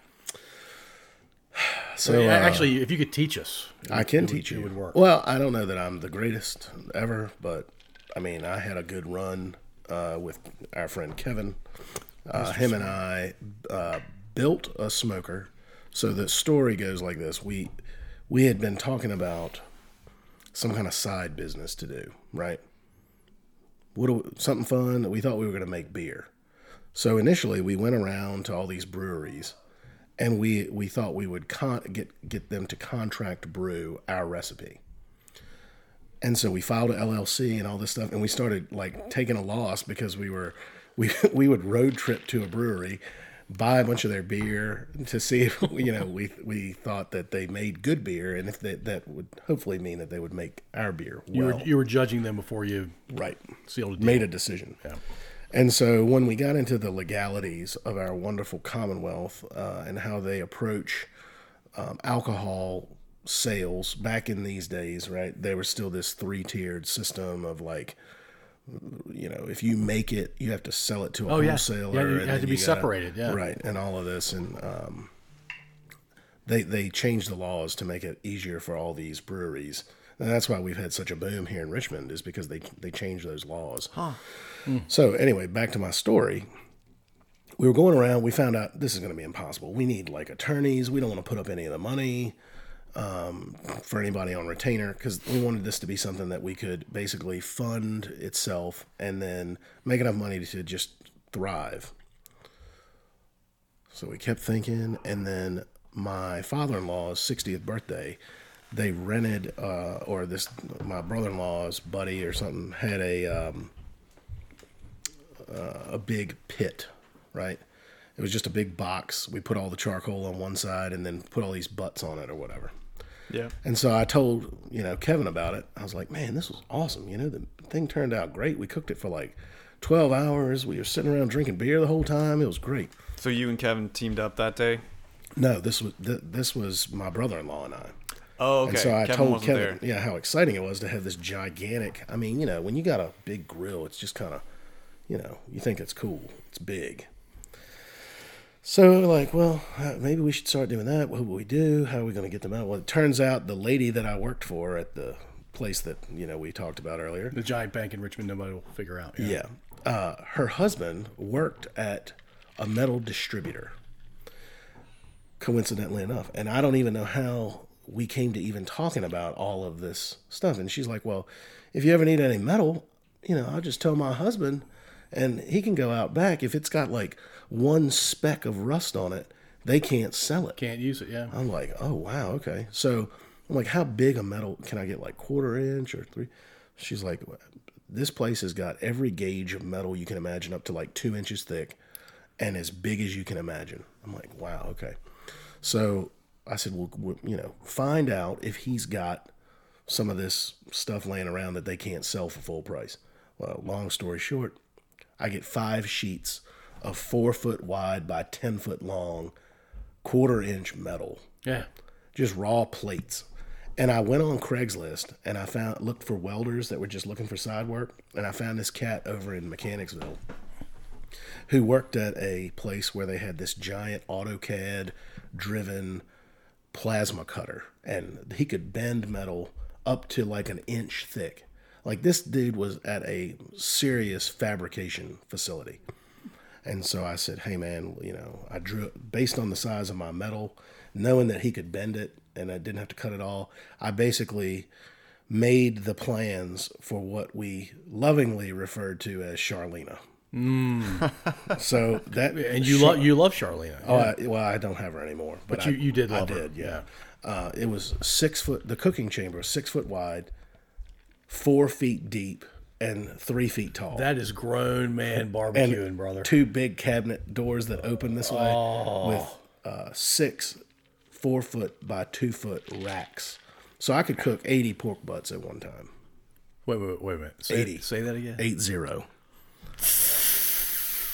S3: So
S2: Yeah,
S3: uh,
S2: Actually, if you could teach us,
S3: I can
S2: it would-
S3: teach you.
S2: It would work.
S3: Well, I don't know that I'm the greatest ever, but I mean, I had a good run uh, with our friend Kevin. Uh, him and I uh, built a smoker. So the story goes like this: we we had been talking about some kind of side business to do, right? What do we- something fun? We thought we were going to make beer. So initially, we went around to all these breweries and we we thought we would con- get get them to contract brew our recipe. And so we filed a LLC and all this stuff, and we started like taking a loss because we were we we would road trip to a brewery, buy a bunch of their beer to see if you know we we thought that they made good beer, and if that that would hopefully mean that they would make our beer well.
S2: you, were, you were judging them before you
S3: right
S2: sealed a deal.
S3: made a decision.
S2: Yeah.
S3: And so when we got into the legalities of our wonderful Commonwealth uh, and how they approach um, alcohol sales back in these days, right? There was still this three tiered system of like, you know, if you make it, you have to sell it to a
S2: Oh, yeah. Yeah,
S3: wholesaler.
S2: you
S3: and
S2: had
S3: then
S2: to be
S3: gotta-
S2: separated, yeah.
S3: Right. And all of this. And um, they, they changed the laws to make it easier for all these breweries. And that's why we've had such a boom here in Richmond is because they, they changed those laws.
S2: Hmm.
S3: So anyway, back to my story. We were going around. We found out this is going to be impossible. We need like attorneys. We don't want to put up any of the money um, for anybody on retainer because we wanted this to be something that we could basically fund itself and then make enough money to just thrive. So we kept thinking, and then my father-in-law's 60th birthday, they rented, uh, or this my brother-in-law's buddy or something had a. Um, a big pit, right? It was just a big box. We put all the charcoal on one side and then put all these butts on it or whatever.
S1: Yeah.
S3: And so I told, you know, Kevin about it. I was like, man, this was awesome. You know, the thing turned out great. We cooked it for like 12 hours. We were sitting around drinking beer the whole time. It was great.
S1: So you and Kevin teamed up that day.
S3: No, this was th- this was my brother-in-law and I.
S1: Oh, okay.
S3: And so I
S1: Kevin
S3: told
S1: wasn't
S3: Kevin,
S1: there.
S3: yeah, how exciting it was to have this gigantic. I mean, you know, when you got a big grill, it's just kind of, you know, you think it's cool, it's big. So we're like, well, uh, maybe we should start doing that. What will we do? How are we going to get them out? Well, it turns out the lady that I worked for at the place that you know we talked about earlier,
S2: The giant bank in Richmond, nobody will figure out. Yeah.
S3: yeah. Uh, her husband worked at a metal distributor, coincidentally enough. And I don't even know how we came to even talking about all of this stuff. And she's like, Well, if you ever need any metal, you know, I'll just tell my husband and he can go out back. If it's got like one speck of rust on it, they can't sell it.
S2: Can't use it. Yeah.
S3: I'm like, oh wow, okay. So I'm like, how big a metal can I get? Like quarter inch or three? She's like, this place has got every gauge of metal you can imagine, up to like two inches thick, and as big as you can imagine. I'm like, wow, okay. So I said, well, w- you know, find out if he's got some of this stuff laying around that they can't sell for full price. Well, long story short, I get five sheets of four foot wide by ten foot long, quarter inch metal
S2: Yeah.
S3: just raw plates. And I went on Craigslist and I found looked for welders that were just looking for side work. And I found this cat over in Mechanicsville who worked at a place where they had this giant AutoCAD driven plasma cutter and he could bend metal up to like an inch thick. Like this dude was at a serious fabrication facility. And so I said, "Hey man, you know, I drew based on the size of my metal, knowing that he could bend it and I didn't have to cut it all. I basically made the plans for what we lovingly referred to as Charlena. so that
S2: Mm. And you love you love Charlena.
S3: Oh, I, well, I don't have her anymore. But,
S2: you-
S3: I-
S2: you did love
S3: Oh, I
S2: her.
S3: did, yeah. Uh, it was six foot. The cooking chamber was six foot wide, four feet deep, and three feet tall
S2: That is grown man barbecuing, brother.
S3: two big cabinet doors that open this way
S2: Oh.
S3: with uh, six four foot by two foot racks. So I could cook 80 pork butts at one time.
S2: Wait, wait, wait a minute. Say,
S3: 80.
S2: Say that again.
S3: Eight zero.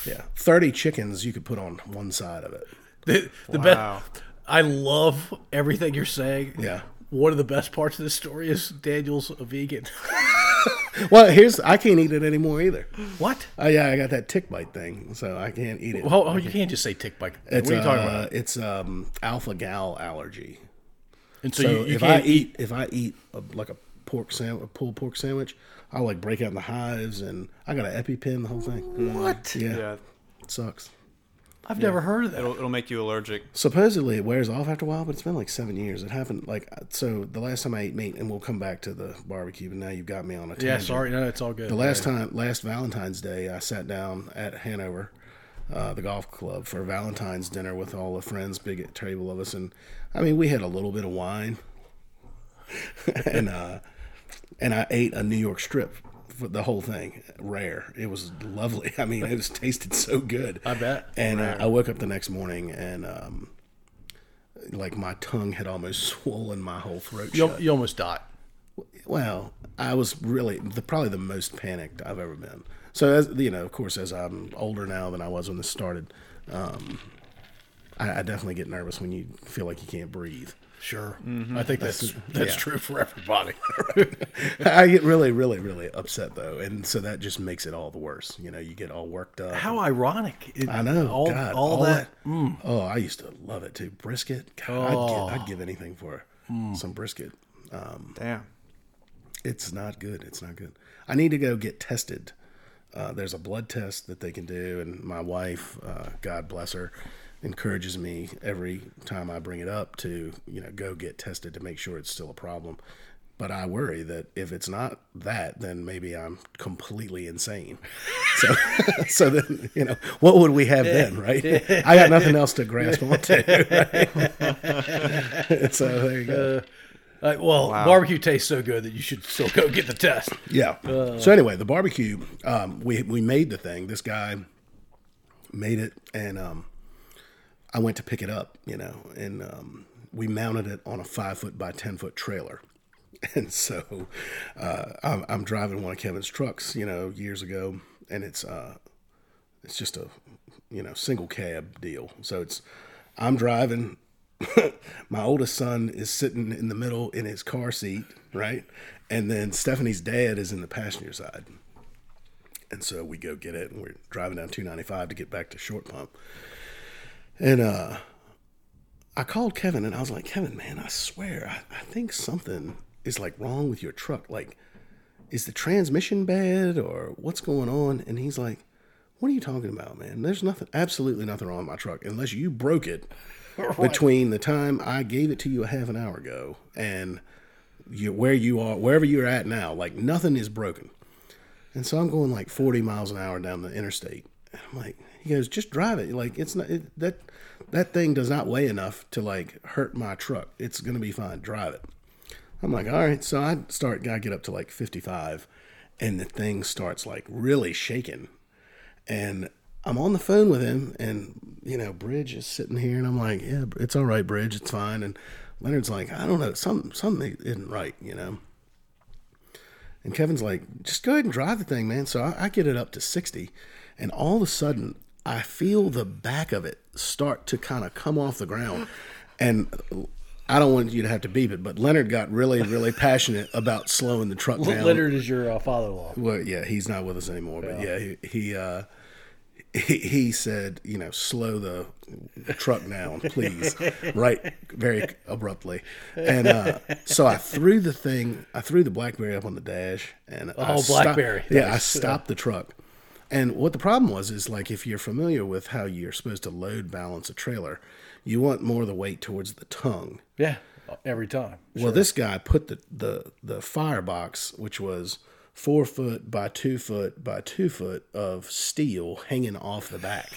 S3: Yeah. 30 chickens you could put on one side of it.
S2: The, the
S1: Wow.
S2: best. I love everything you're saying.
S3: Yeah.
S2: One of the best parts of this story is Daniel's a vegan.
S3: Well, here's, I can't eat it anymore either.
S2: what?
S3: Oh, yeah, I got that tick bite thing, so I can't eat it.
S2: Oh, oh, you can't just say tick bite. What are
S3: it's,
S2: you talking
S3: uh,
S2: about?
S3: It's um, alpha gal allergy.
S2: And so,
S3: So
S2: you, you
S3: if I
S2: can't
S3: eat,
S2: eat.
S3: if I eat a, like a pork sandwich, a pulled pork sandwich, I like break out in the hives, and I got an EpiPen, the whole thing.
S2: What?
S3: Yeah,
S1: Yeah.
S3: it sucks.
S2: I've never heard of that.
S3: Oh,
S1: It'll, it'll make you allergic.
S3: Supposedly it wears off after a while, but it's been like seven years. It happened like so. The last time I ate meat, and we'll come back to the barbecue, but now you've got me on a tangent.
S2: Yeah, sorry. No, it's all good.
S3: The last time, last Valentine's Day, I sat down at Hanover, uh, the golf club, for Valentine's dinner with all the friends, big table of us, and I mean, we had a little bit of wine, and uh, and I ate a New York strip, for the whole thing, rare. It was lovely. I mean, it was tasted so good.
S2: I bet.
S3: And uh, I woke up the next morning and. Um, like my tongue had almost swollen my whole throat.
S2: You,
S3: shut.
S2: you almost died.
S3: Well, I was really the probably the most panicked I've ever been. So as you know, of course, as I'm older now than I was when this started, um, I, I definitely get nervous when you feel like you can't breathe.
S2: Sure. I think that's that's, true for everybody.
S3: I get really, really, really upset though, and so that just makes it all the worse. You know, you get all worked up.
S2: How ironic. It-
S3: I know.
S2: All,
S3: God,
S2: all, that. Mm.
S3: Oh, I used to love it too. Brisket. God, I'd,
S2: Oh.
S3: give, I'd give anything for
S2: Mm.
S3: some brisket.
S1: Damn.
S3: It's not good. It's not good. I need to go get tested. Uh, there's a blood test that they can do, and my wife, uh, God bless her, encourages me every time I bring it up to you know go get tested to make sure it's still a problem. But I worry that if it's not that, then maybe I'm completely insane. So, so then you know what would we have then, right? I got nothing else to grasp onto. right? so there you go.
S2: Uh, well, barbecue tastes so good that you should still go get the test.
S3: Yeah. so anyway, the barbecue, um, we we made the thing. This guy made it, and um, I went to pick it up, you know, and um, we mounted it on a five foot by ten foot trailer. And so uh, I'm, I'm driving one of Kevin's trucks, you know, years ago, and it's uh, it's just a you know single cab deal. So it's I'm driving. My oldest son is sitting in the middle in his car seat, right? And then Stephanie's dad is in the passenger side. And so we go get it, and we're driving down 295 to get back to Short Pump. And uh, I called Kevin, and I was like, Kevin, man, I swear, I, I think something is like wrong with your truck. Like, is the transmission bad or what's going on? And he's like, What are you talking about, man? There's nothing, absolutely nothing wrong with my truck unless you broke it between the time I gave it to you a half an hour ago and you, where you are, wherever you're at now. Like, nothing is broken. And so I'm going like 40 miles an hour down the interstate. And I'm like, he goes, just drive it. Like, it's not it, that that thing does not weigh enough to like hurt my truck. It's gonna be fine. Drive it. I'm like, all right. So I start, I get up to like 55, and the thing starts like really shaking. And I'm on the phone with him, and you know, Bridge is sitting here, and I'm like, yeah, it's all right, Bridge, it's fine. And Leonard's like, I don't know, something, something isn't right, you know. And Kevin's like, just go ahead and drive the thing, man. So I, I get it up to 60, and all of a sudden, I feel the back of it start to kind of come off the ground. And I don't want you to have to beep it, but Leonard got really, really passionate about slowing the truck down.
S2: Leonard is your uh, father-in-law.
S3: Well, yeah, he's not with us anymore, but yeah, he he, uh, he he said, you know, slow the truck down, please, right, very abruptly, and uh, so I threw the thing, I threw the BlackBerry up on the dash, and I
S2: Oh,
S3: stopped-
S2: BlackBerry.
S3: yeah, I stopped the truck. And what the problem was is like if you're familiar with how you're supposed to load balance a trailer, you want more of the weight towards the tongue.
S2: Yeah, every time.
S3: Well, this guy put the, the the firebox, which was four foot by two foot by two foot of steel hanging off the back.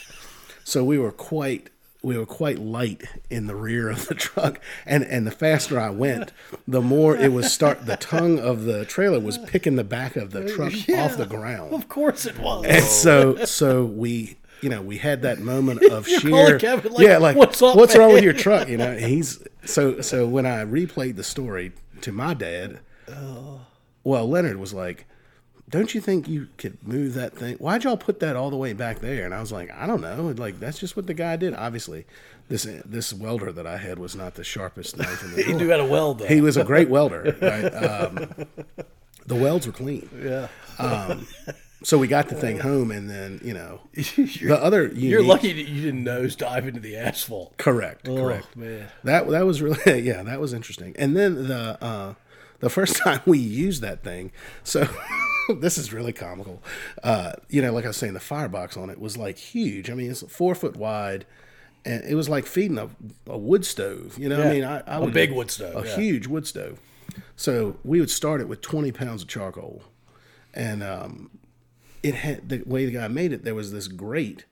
S3: So we were quite we were quite light in the rear of the truck, and and the faster I went, the more it was start. The tongue of the trailer was picking the back of the truck off the ground,
S2: Of course it was.
S3: and so so we. You know, we had that moment of
S2: You're
S3: sheer,
S2: calling Kevin, like,
S3: yeah, like
S2: "What's up,
S3: what's wrong
S2: man?"
S3: with your truck? You know, he's so so. When I replayed the story to my dad,
S2: Oh.
S3: well, Leonard was like, "Don't you think you could move that thing? Why'd y'all put that all the way back there?" And I was like, "I don't know. Like that's just what the guy did. Obviously, this this welder that I had was not the sharpest knife in the
S2: he
S3: drawer.
S2: knew how to weld though.
S3: He was a great welder. Right? Um, the welds were clean." Um,
S2: yeah.
S3: So we got the thing home, and then you know the other unique,
S2: You're lucky that you didn't nose dive into the asphalt.
S3: Correct, correct.
S2: Oh, man.
S3: That that was really yeah, that was interesting. And then the uh, the first time we used that thing, so this is really comical. Uh, you know, like I was saying, the firebox on it was like huge. I mean, it's four foot wide, and it was like feeding a, a wood stove. You know,
S2: Yeah,
S3: I mean, I, I
S2: a
S3: would,
S2: big wood stove,
S3: a
S2: yeah.
S3: huge wood stove. So we would start it with twenty pounds of charcoal, and um, it had the way the guy made it. There was this grate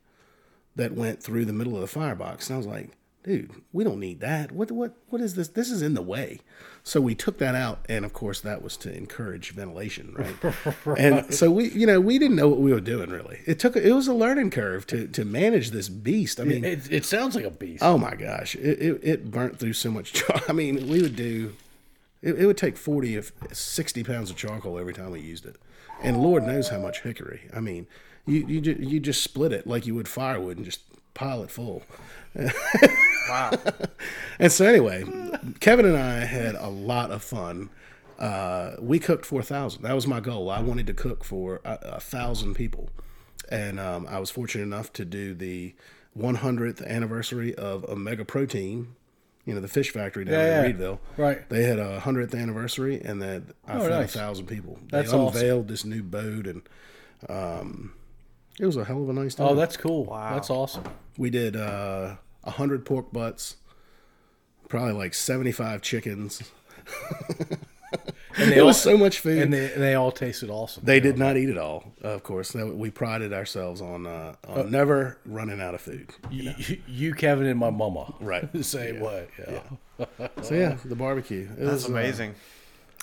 S3: that went through the middle of the firebox. And I was like, dude, we don't need that. What what what is this? This is in the way. So we took that out and of course that was to encourage ventilation, right? And so we you know, we didn't know what we were doing really. It took it was a learning curve to to manage this beast. I mean,
S2: It, it sounds like a beast.
S3: oh my gosh. It it, it burnt through so much char- I mean, we would do it, it would take 40 if 60 pounds of charcoal every time we used it. and Lord knows how much hickory. I mean, you you ju- you just split it like you would firewood and just pile it full.
S1: Wow.
S3: And so anyway, Kevin and I had a lot of fun. Uh, we cooked for a thousand. That was my goal. I wanted to cook for a, a thousand people, and um, I was fortunate enough to do the 100th anniversary of Omega Protein. You know the fish factory down
S2: Yeah, yeah.
S3: in Reedville.
S2: Right.
S3: They had a hundredth anniversary, and that I fed
S2: Oh, nice.
S3: a thousand people.
S2: That's
S3: they
S2: awesome.
S3: unveiled this new boat, and um, it was a hell of a nice time.
S2: Oh, that's cool. That's awesome.
S3: We did uh, 100 pork butts, probably like 75 chickens.
S2: And they
S3: It
S2: all,
S3: was so much food.
S2: and
S3: they,
S2: they, and they all tasted awesome.
S3: did not eat it all, of course. Now, We prided ourselves on, uh, on never running out of food.
S2: you, you, Kevin, and my mama.
S3: Right.
S2: The same way. Yeah.
S3: So, yeah, the barbecue. It
S1: That's
S3: was, uh,
S1: amazing.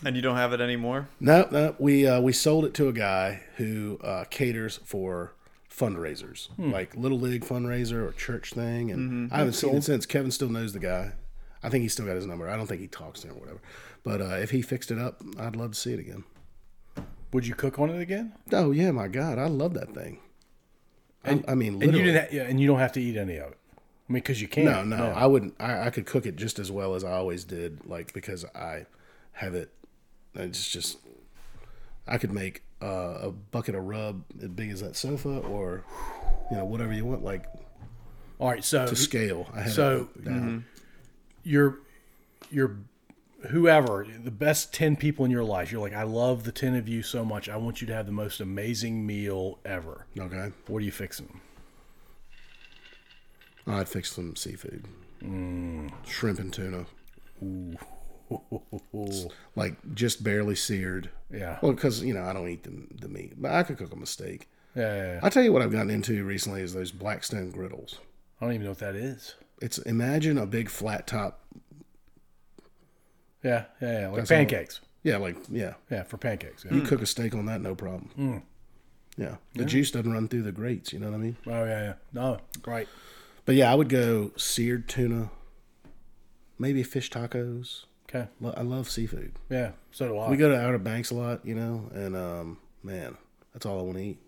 S1: And you don't have it anymore?
S3: No, no, we uh, we sold it to a guy who uh, caters for fundraisers,
S2: Hmm.
S3: like little league fundraiser or church thing, and
S2: Mm-hmm.
S3: I haven't seen it since. Kevin still knows the guy. I think he still got his number. I don't think he talks to him or whatever. But uh, if he fixed it up, I'd love to see it again.
S2: Would you cook on it again?
S3: Oh yeah, my God, I love that thing. I, I mean,
S2: And
S3: literally.
S2: you didn't. Ha- yeah, and you don't have to eat any of it. I mean, because you can't.
S3: no, no, I wouldn't. I, I could cook it just as well as I always did, like because I have it. It's just I could make uh, a bucket of rub as big as that sofa, or you know whatever you want, like
S2: All right. So
S3: to scale. I
S2: Mm-hmm.
S3: have
S2: So-
S3: it down.
S2: your your whoever the best 10 people in your life you're like i love the 10 of you so much i want you to have the most amazing meal ever
S3: okay.
S2: what are you fixing
S3: I'd fix some seafood, shrimp and tuna, like just barely seared.
S2: yeah
S3: Well, because you know I don't eat the, the meat, but I could cook them a steak.
S2: yeah, yeah, yeah.
S3: I tell you what I've gotten into recently is those Blackstone griddles.
S2: i don't even know what that is
S3: It's imagine a big flat top.
S2: yeah yeah, yeah. like
S3: all.
S2: pancakes
S3: Yeah, like yeah,
S2: yeah for pancakes yeah.
S3: you cook a steak on that, no problem. Hmm. Yeah, the juice doesn't run through the grates. You know what I mean?
S2: oh yeah yeah no right
S3: But yeah, I would go seared tuna, maybe fish tacos.
S2: okay
S3: Lo- I love seafood.
S2: yeah so do i
S3: We go to Outer Banks a lot, you know, and um, man, that's all I want to eat.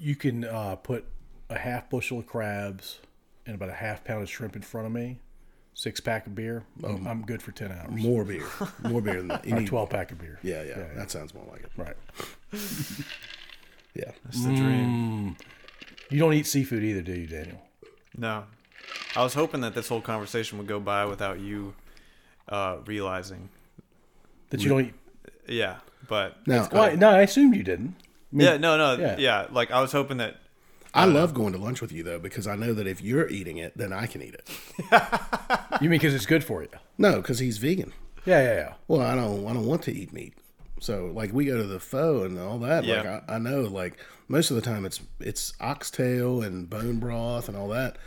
S2: you can uh, put a half bushel of crabs and about a half pound of shrimp in front of me six pack of beer I'm, I'm good for 10 hours
S3: Mm-hmm. More beer, more beer than that. You need-
S2: 12 pack of beer
S3: Yeah, yeah, that sounds more like it.
S2: right
S3: Yeah,
S1: That's the dream.
S2: You don't eat seafood either, do you, Daniel?
S1: No. I was hoping that this whole conversation would go by without you uh, realizing.
S2: That you don't eat?
S1: Yeah, but
S3: now
S2: Why? No, I assumed you didn't.
S1: yeah, no, no,
S2: yeah.
S1: yeah. Like I was hoping that
S3: I love going to lunch with you though because I know that if you're eating it, then I can eat it.
S2: You mean because it's good for you?
S3: No, because he's vegan.
S2: Yeah, yeah, yeah.
S3: Well, I don't. I don't want to eat meat. So, like, we go to the pho and all that.
S1: Yeah.
S3: Like, I, I know. Like, most of the time, it's it's oxtail and bone broth and all that.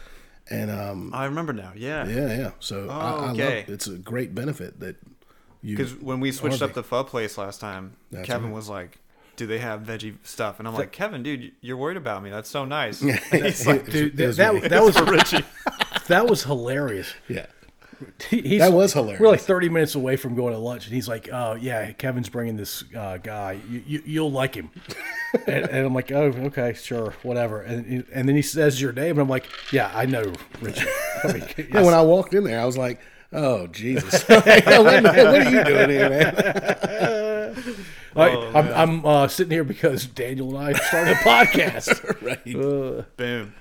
S3: And um,
S1: I remember now. Yeah,
S3: yeah, yeah. So I, I
S1: Oh, okay.
S3: love. It's a great benefit that you.
S1: because when we switched
S3: Harvey.
S1: up the pho place last time,
S3: That's
S1: Kevin
S3: right.
S1: was like, "Do they have veggie stuff?" And I'm like, "Kevin, dude, you're worried about me. That's so nice." He's like,
S2: Dude,
S3: It
S2: that,
S3: was me.
S2: that, that was
S1: Richie.
S2: that was hilarious.
S3: yeah.
S2: He- he's-
S3: That was hilarious.
S2: We're like thirty minutes away from going to lunch, and he's like, "Oh yeah, Kevin's bringing this uh, guy. You, you, you'll like him." and, and I'm like, "Oh, okay, sure, whatever." And and then he says your name, and I'm like, "Yeah, I know, Richard." I mean,
S3: And when I walked in there, I was like, "Oh Jesus, what, what are you doing here, man?"
S2: I, I'm, I'm uh, sitting here because Daniel and I started a podcast.
S3: right.
S1: Boom.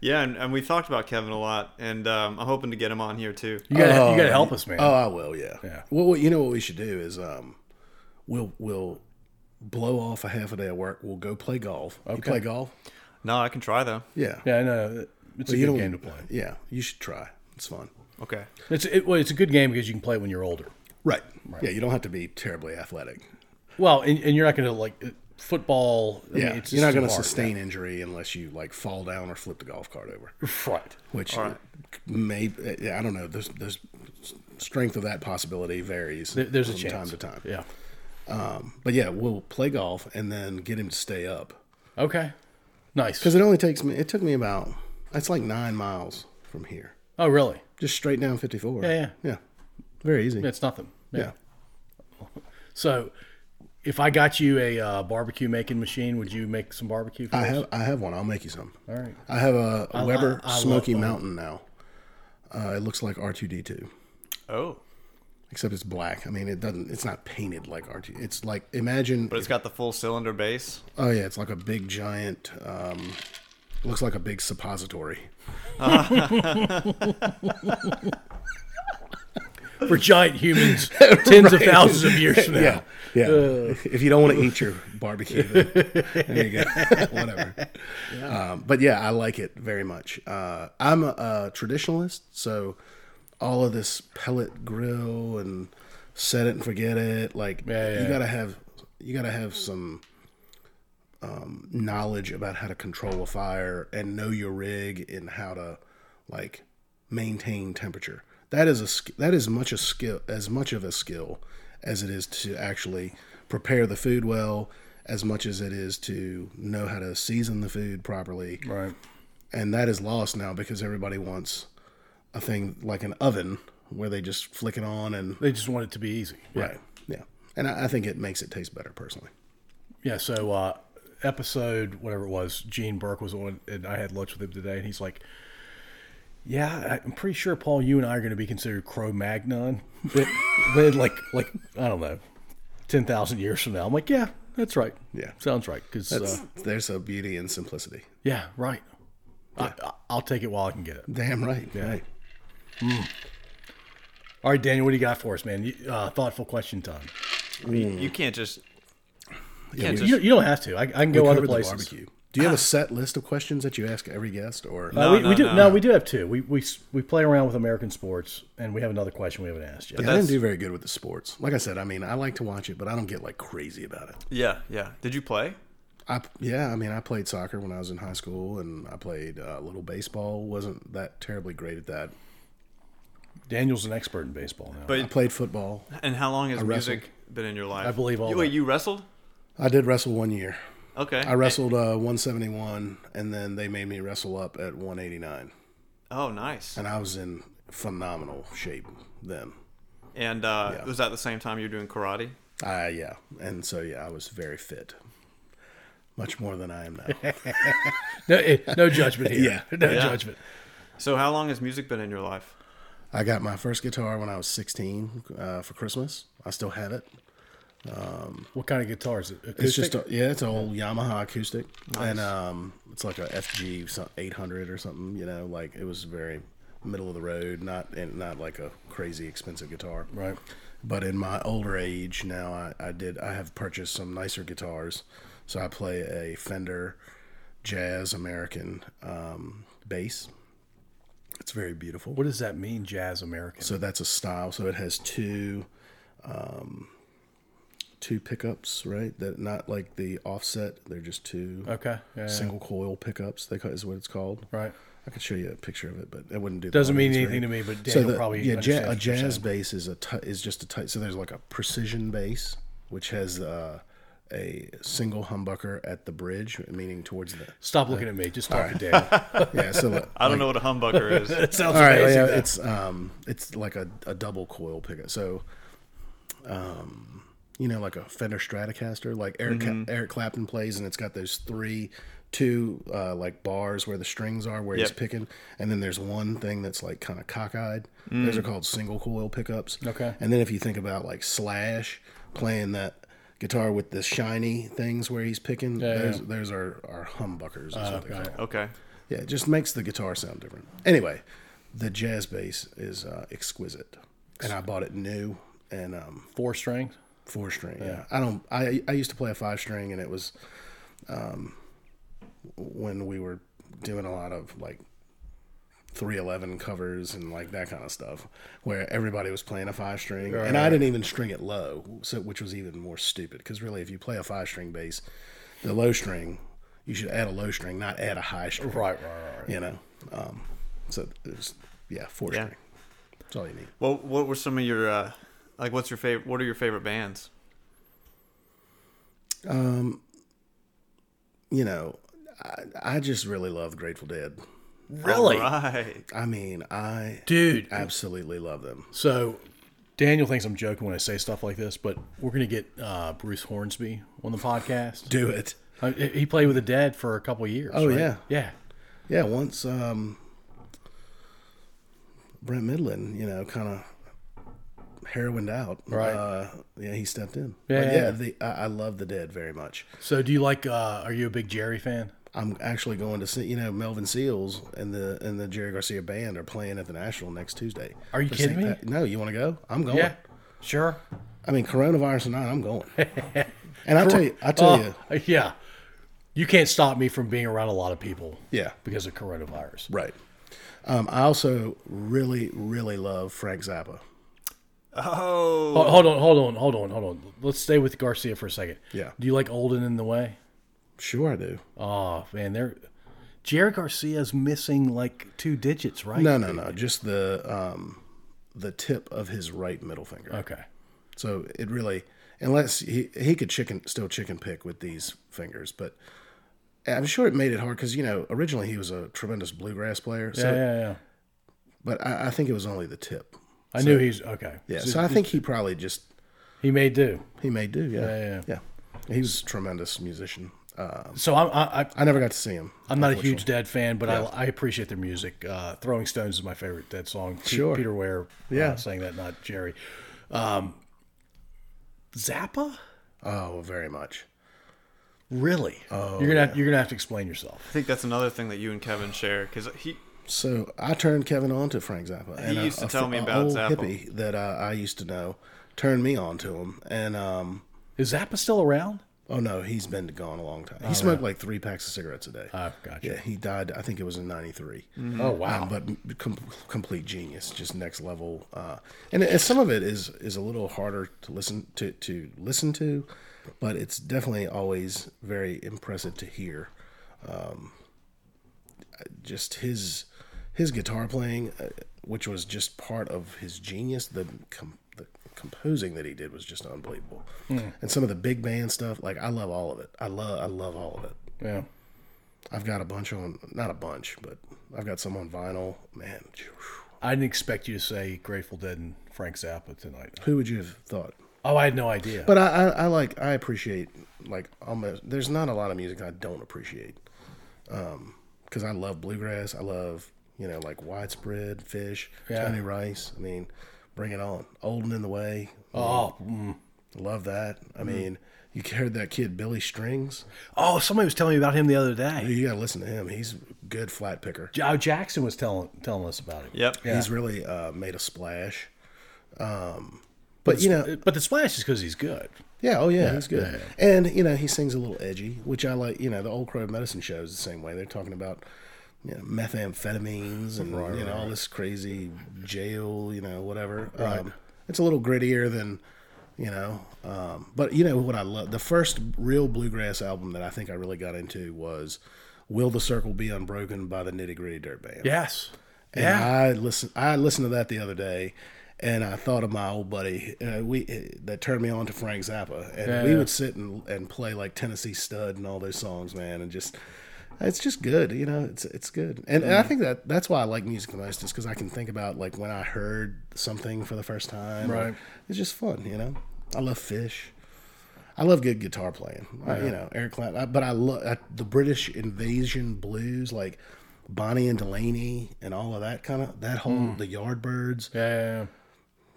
S1: Yeah, and, and we talked about Kevin a lot, and um, I'm hoping to get him on here too.
S2: You gotta,
S3: Oh,
S2: you gotta help us, man.
S3: Oh, I will. Yeah.
S2: Yeah.
S3: Well, what- you know what we should do is um, we'll we'll blow off a half a day of work. We'll go play golf. You play golf?
S1: No, I can try though.
S3: Yeah.
S2: Yeah, I know. It's a
S3: you
S2: good
S3: don't-
S2: game to play.
S3: Yeah. You should try. It's fun.
S1: Okay.
S2: It's it, well, it's a good game because you can play when you're older.
S3: Right. Yeah. You don't have to be terribly athletic.
S2: Well, and, and you're not going to like uh, football. I
S3: Yeah.
S2: mean, it's
S3: You're
S2: just
S3: not
S2: too
S3: going to
S2: hard.
S3: sustain injury unless you like fall down or flip the golf cart over,
S2: Right.
S3: which may I don't know. There's there's strength of that possibility varies
S2: There- There's a
S3: from
S2: chance.
S3: time to time.
S2: Yeah.
S3: But yeah, we'll play golf and then get him to stay up.
S2: Okay. Nice.
S3: Because it only takes me, it took me about, it's like nine miles from here.
S2: Oh, really?
S3: Just straight down 54.
S2: Yeah, yeah.
S3: Yeah. Very easy.
S2: It's nothing.
S3: yeah.
S2: So, if I got you a uh, barbecue making machine, would you make some barbecue? For
S3: I
S2: us?
S3: have I have one. I'll make you some.
S2: All right.
S3: I have a Weber
S2: I- I love
S3: Smoky
S2: fun.
S3: Mountain now. Uh, it looks like R two D two,
S1: Oh,
S3: except it's black. I mean, it doesn't. It's not painted like R two. It's like imagine.
S1: but it's got the full cylinder base.
S3: oh yeah, it's like a big giant. Um, it looks like a big suppository.
S2: for giant humans tens of thousands of years from now.
S3: Yeah, yeah.
S2: Uh,
S3: if you don't want to eat your barbecue, then there you go. Whatever. Um, but yeah, I like it very much. Uh, I'm a, a traditionalist, so all of this pellet grill and set it and forget it. Like
S2: Yeah, yeah.
S3: you gotta have you gotta have some um, knowledge about how to control a fire and know your rig and how to like maintain temperature. That is a sk- that is much a skill as much of a skill as it is to actually prepare the food well, as much as it is to know how to season the food properly.
S2: Right.
S3: And that is lost now because everybody wants a thing like an oven where they just flick it on and
S2: They just want it to be easy.
S3: right, yeah. And I, I think it makes it taste better personally.
S2: Yeah, so uh, episode whatever it was, Gene Burke was on, and I had lunch with him today, and he's like, "Yeah, I'm pretty sure Paul, you and I are going to be considered Cro-Magnon, but, but like like I don't know, ten thousand years from now." I'm like, "Yeah, that's right.
S3: Yeah.
S2: sounds right." Because uh,
S3: There's a beauty in simplicity.
S2: yeah, right. I, I, I'll take it while I can get it.
S3: Damn right. Yeah. Right.
S2: All right, Daniel, what do you got for us, man? You- Uh, thoughtful question time.
S1: You can't just. You
S3: we-
S1: can't
S2: You,
S1: just
S2: you don't have to. I, I can go
S3: We
S2: other
S3: covered the
S2: places.
S3: barbecue. Do you have a set list of questions that you ask every guest, or
S2: Uh,
S1: No,
S2: we, we
S1: no,
S2: do
S1: no.
S2: no, we do have two. We, we s- we play around with American sports, and we have another question we haven't asked yet.
S3: Yeah, I didn't
S1: that's-
S3: do very good with the sports. Like I said, I mean, I like to watch it, but I don't get like crazy about it.
S1: yeah yeah. Did you play?
S3: I yeah, I mean, I played soccer when I was in high school, and I played uh, a little baseball. wasn't that terribly great at that.
S2: Daniel's an expert in baseball now.
S1: But
S3: I played football.
S1: and how long has
S3: wrestled.
S1: music been in your life?
S2: I believe all
S1: You, wait,
S2: that.
S1: you wrestled?
S3: I did wrestle one year.
S1: Okay.
S3: I wrestled uh, 171, and then they made me wrestle up at 189,
S1: Oh, nice.
S3: and I was in phenomenal shape then.
S1: And uh, was that the same time you were doing karate?
S3: Uh, yeah, and so yeah, I was very fit, much more than I am now.
S2: no, eh, no judgment here.
S3: Yeah.
S2: no
S1: Yeah.
S2: judgment.
S1: So how long has music been in your life?
S3: I got my first guitar when I was 16 uh, for Christmas. I still have it.
S2: What kind of guitar is it? Acoustic?
S3: It's just a, yeah, it's an old Yamaha acoustic, and um, it's like a FG some- 800 or something. You know, like it was very middle of the road, not and not like a crazy expensive guitar.
S2: right.
S3: But in my older age now, I, I did I have purchased some nicer guitars, so I play a Fender Jazz American um, bass. It's very beautiful.
S2: What does that mean, jazz American?
S3: So that's a style. So it has two, um, two pickups, right? That not like the offset. They're just two
S2: okay. Yeah, yeah.
S3: single coil pickups. They ca- is what it's called.
S2: Right.
S3: I could show you a picture of it, but it wouldn't do. the
S2: Doesn't mean
S3: audience
S2: anything to
S3: very-
S2: me, but
S3: So
S2: Daniel
S3: the,
S2: probably
S3: yeah, ja-
S2: understands
S3: a
S2: what you're
S3: jazz
S2: saying.
S3: bass is a ti- is just a tight. So there's like a precision bass, which has uh, a single humbucker at the bridge, meaning towards the.
S2: Stop looking at me. Just talk to Daniel.
S3: Yeah, so like-
S1: I don't know what a humbucker is.
S2: That sounds
S3: All right,
S2: amazing.
S3: yeah,
S2: though.
S3: it's um, it's like a, a double coil pickup. So, um, you know, like a Fender Stratocaster, like Eric
S2: Mm-hmm.
S3: Ca- Eric Clapton plays, and it's got those three, two uh, like bars where the strings are, where he's
S1: Yep.
S3: picking, and then there's one thing that's like kind of cockeyed. Those are called single coil pickups.
S2: Mm. Okay.
S3: And then if you think about like Slash playing that guitar with the shiny things where he's picking,
S2: yeah. Uh,
S3: those those are are humbuckers. Is what they
S2: got
S3: call
S2: it.
S1: Okay.
S3: yeah, it just makes the guitar sound different. Anyway, the jazz bass is uh, exquisite, and I bought it new and um,
S2: Four strings.
S3: four string. Yeah. I don't. I I used to play a five string, and it was um, when we were doing a lot of like. 311 covers and like that kind of stuff where everybody was playing a five string and I didn't even string it low so which was even more stupid because really if you play a five string bass the low string you should add a low string not add a high string
S2: Right, right, right. right.
S3: you know. Um, so it was, yeah, four
S1: Yeah.
S3: string. That's all you need.
S1: Well, what were some of your uh, like? What's your favorite? What are your favorite bands?
S3: You know, I, I just really love Grateful Dead.
S2: Really,
S1: All right.
S3: I mean, I
S2: dude.
S3: absolutely love them.
S2: So Daniel thinks I'm joking when I say stuff like this, but we're going to get uh, Bruce Hornsby on the podcast.
S3: Do it.
S2: Uh, He played with the Dead for a couple of years.
S3: Oh,
S2: right?
S3: yeah.
S2: yeah.
S3: Yeah, once um, Brent Midland, you know, kind of heroined out.
S2: Right.
S3: Uh, yeah, he stepped in.
S2: Yeah,
S3: But
S2: yeah,
S3: yeah.
S2: yeah.
S3: The, I, I love the dead very much.
S2: So, do you like? Uh, are you a big Jerry fan?
S3: I'm actually going to see, you know, Melvin Seals and the and the Jerry Garcia band are playing at the National next Tuesday.
S2: Are you
S3: For
S2: kidding
S3: St.
S2: me?
S3: Pat- no, you want to go? I'm going.
S2: sure.
S3: I mean, coronavirus or not, I'm going. and I tell you, I tell you,
S2: Oh, yeah. You can't stop me from being around a lot of people.
S3: Yeah.
S2: because of coronavirus.
S3: right. Um, I also really, really love Frank Zappa.
S1: Oh,
S2: Ho- Hold on, hold on, hold on, hold on. Let's stay with Garcia for a second.
S3: Yeah.
S2: Do you like Olden in the way?
S3: Sure, I do.
S2: Oh man, they're Jerry Garcia's missing like two digits, right?
S3: No, no, no. Just the um, the tip of his right middle finger.
S2: Okay.
S3: So it really, unless he he could chicken still chicken pick with these fingers, but I'm sure it made it hard because you know originally he was a tremendous bluegrass player. So,
S2: Yeah, yeah, yeah.
S3: but I, I think it was only the tip.
S2: I knew he's okay.
S3: Yeah. So I think he probably just
S2: He may do.
S3: he may do. Yeah.
S2: Yeah,
S3: yeah. He was a tremendous musician. Uh,
S2: So I'm I, I,
S3: I never got to see him.
S2: I'm not a huge Dead fan, but I, I appreciate their music. Uh, Throwing Stones is my favorite Dead song. Pe-
S3: Sure.
S2: Peter Ware.
S3: Yeah.
S2: Uh, saying that, not Jerry. Um, Zappa.
S3: Oh, very much.
S2: Really? Oh, you're gonna have, you're gonna have to explain yourself.
S1: I think that's another thing that you and Kevin share because he
S3: So I turned Kevin on to Frank Zappa. He
S1: used to tell me about
S3: old
S1: Zappa.
S3: hippie that uh, I, I used to know turned me on to him, and um,
S2: Is Zappa still around?
S3: oh no, he's been gone a long time. He smoked like three packs of cigarettes a day.
S2: Oh, gotcha.
S3: yeah, he died. I think it was in '93.
S2: Oh wow.
S3: Um, But com- complete genius, just next level. Uh, and, and some of it is is a little harder to listen to to listen to, but it's definitely always very impressive to hear. Um, just his his guitar playing, uh, which was just part of his genius. The com- the composing that he did was just unbelievable. And some of the big band stuff, like I love all of it. I love I love all of it.
S2: yeah.
S3: I've got a bunch on, not a bunch, but I've got some on vinyl. Man, phew.
S2: I didn't expect you to say Grateful Dead and Frank Zappa tonight.
S3: who would you have thought?
S2: Oh, I had no idea.
S3: But I, I, I like, I appreciate, like, almost, there's not a lot of music I don't appreciate. Because I love bluegrass. I love, you know, like widespread, fish,
S2: Yeah.
S3: Tony Rice. I mean, bring it on. Olden in the way.
S2: oh, mm.
S3: Love that. I mean, you heard that kid, Billy Strings.
S2: oh, somebody was telling me about him the other day.
S3: You got to listen to him. He's a good flat picker.
S2: J- Oh, Jackson was telling telling us about it.
S1: yep
S3: He's really uh, made a splash. Um, but, you know,
S2: but the splash is because he's good.
S3: Yeah, oh yeah, he's good. And you know, he sings a little edgy, which I like. You know, the old Crow Medicine show is the same way. They're talking about you know methamphetamines and you know all this crazy jail, you know, whatever. Um, it's a little grittier than you know. Um, but you know what I love? The first real bluegrass album that I think I really got into was "Will the Circle Be Unbroken" by the Nitty Gritty Dirt Band.
S2: Yes.
S3: And
S2: yeah.
S3: I listened. I listened to that the other day, and I thought of my old buddy. Uh, we that turned me on to Frank Zappa, and we
S2: yeah.
S3: would sit and, and play like Tennessee Stud and all those songs, man, and just. It's just good, you know. It's it's good, and,
S2: Mm.
S3: and I think that that's why I like music the most is because I can think about like when I heard something for the first time. or-
S2: Right.
S3: It's just fun, you know. I love fish. I love good guitar playing. I- you know, Eric Clapton. I- But I love the British invasion blues, like Bonnie and Delaney, and all of that kind of that whole the Yardbirds,
S2: Yeah, yeah,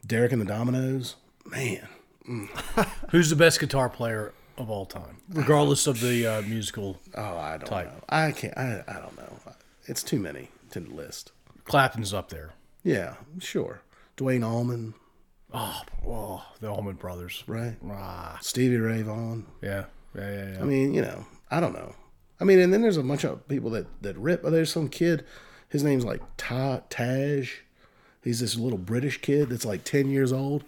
S3: Derek and the Dominoes. Man,
S2: yeah. Who's the best guitar player of all time, regardless of the uh, musical?
S3: oh, I don't
S2: Type.
S3: know. I can't. I, I don't know. It's too many to list.
S2: Clapton's up there.
S3: Yeah, sure. Dwayne Allman,
S2: Oh, oh the Allman Brothers.
S3: right?
S2: Ah,
S3: Stevie Ray Vaughan.
S2: yeah, yeah, yeah, yeah.
S3: I mean, you know, I don't know. I mean, and then there's a bunch of people that that rip. Oh, there's some kid. His name's like Ta Taj. He's this little British kid that's like ten years old.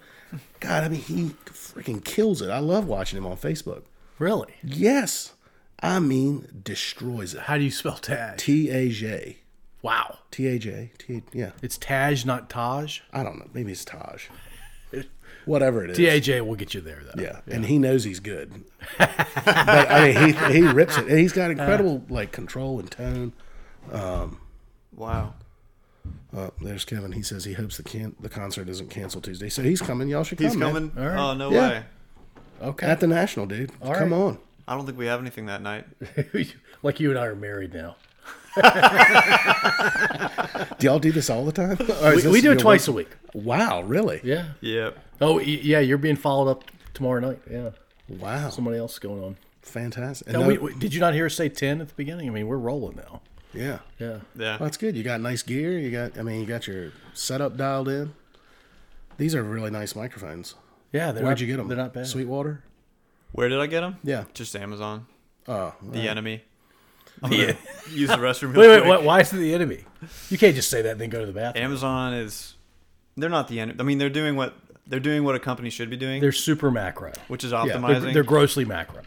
S3: God, I mean, he freaking kills it. I love watching him on Facebook.
S2: Really?
S3: Yes, I mean destroys it.
S2: How do you spell Taj?
S3: T A J
S2: Wow.
S3: T A J T. Yeah,
S2: It's Taj, not Taj.
S3: I don't know. Maybe it's Taj. Whatever it is.
S2: Taj will get you there though.
S3: Yeah, and he knows he's good. but I mean, he he rips it, and he's got incredible like control and tone.
S1: wow
S3: Uh, there's Kevin. He says he hopes the can- the concert isn't canceled Tuesday, so he's coming. Y'all should come.
S1: He's
S3: man.
S1: coming.
S2: All right.
S1: Oh no
S3: Yeah.
S1: way!
S2: Okay.
S3: at the National, dude.
S2: All
S3: come
S2: right.
S3: on.
S1: I don't think we have anything that night.
S2: like you and I are married now.
S3: Do y'all do this all the time? Or is
S2: We,
S3: this
S2: we do
S3: your
S2: it twice
S3: one-
S2: a week.
S3: Wow, really?
S2: Yeah.
S1: Yep.
S2: Oh, y- yeah. You're being followed up tomorrow night. Yeah.
S3: Wow,
S2: Somebody else is going on.
S3: fantastic. And
S2: No,
S3: no-
S2: we, we- did you not hear us say ten at the beginning? I mean, we're rolling now.
S3: yeah,
S2: Yeah.
S1: Yeah.
S3: Well, that's good. You got nice gear. You got, I mean, you got your setup dialed in. These are really nice microphones.
S2: Yeah. They're
S3: Where'd
S2: not-
S3: you get them?
S2: They're not bad.
S3: Sweetwater.
S1: Where did I get him?
S3: Yeah.
S1: Just Amazon.
S3: Oh,
S1: The enemy.
S2: Yeah.
S1: Use the restroom.
S2: Wait,
S1: real
S2: wait.
S1: quick.
S2: What, why is it the enemy? You can't just say that and then go to the bathroom.
S1: Amazon is. They're not the enemy. I mean, they're doing what they're doing what a company should be doing,
S2: They're super macro.
S1: which is
S3: they're-
S1: optimizing.
S2: They're, they're grossly macro.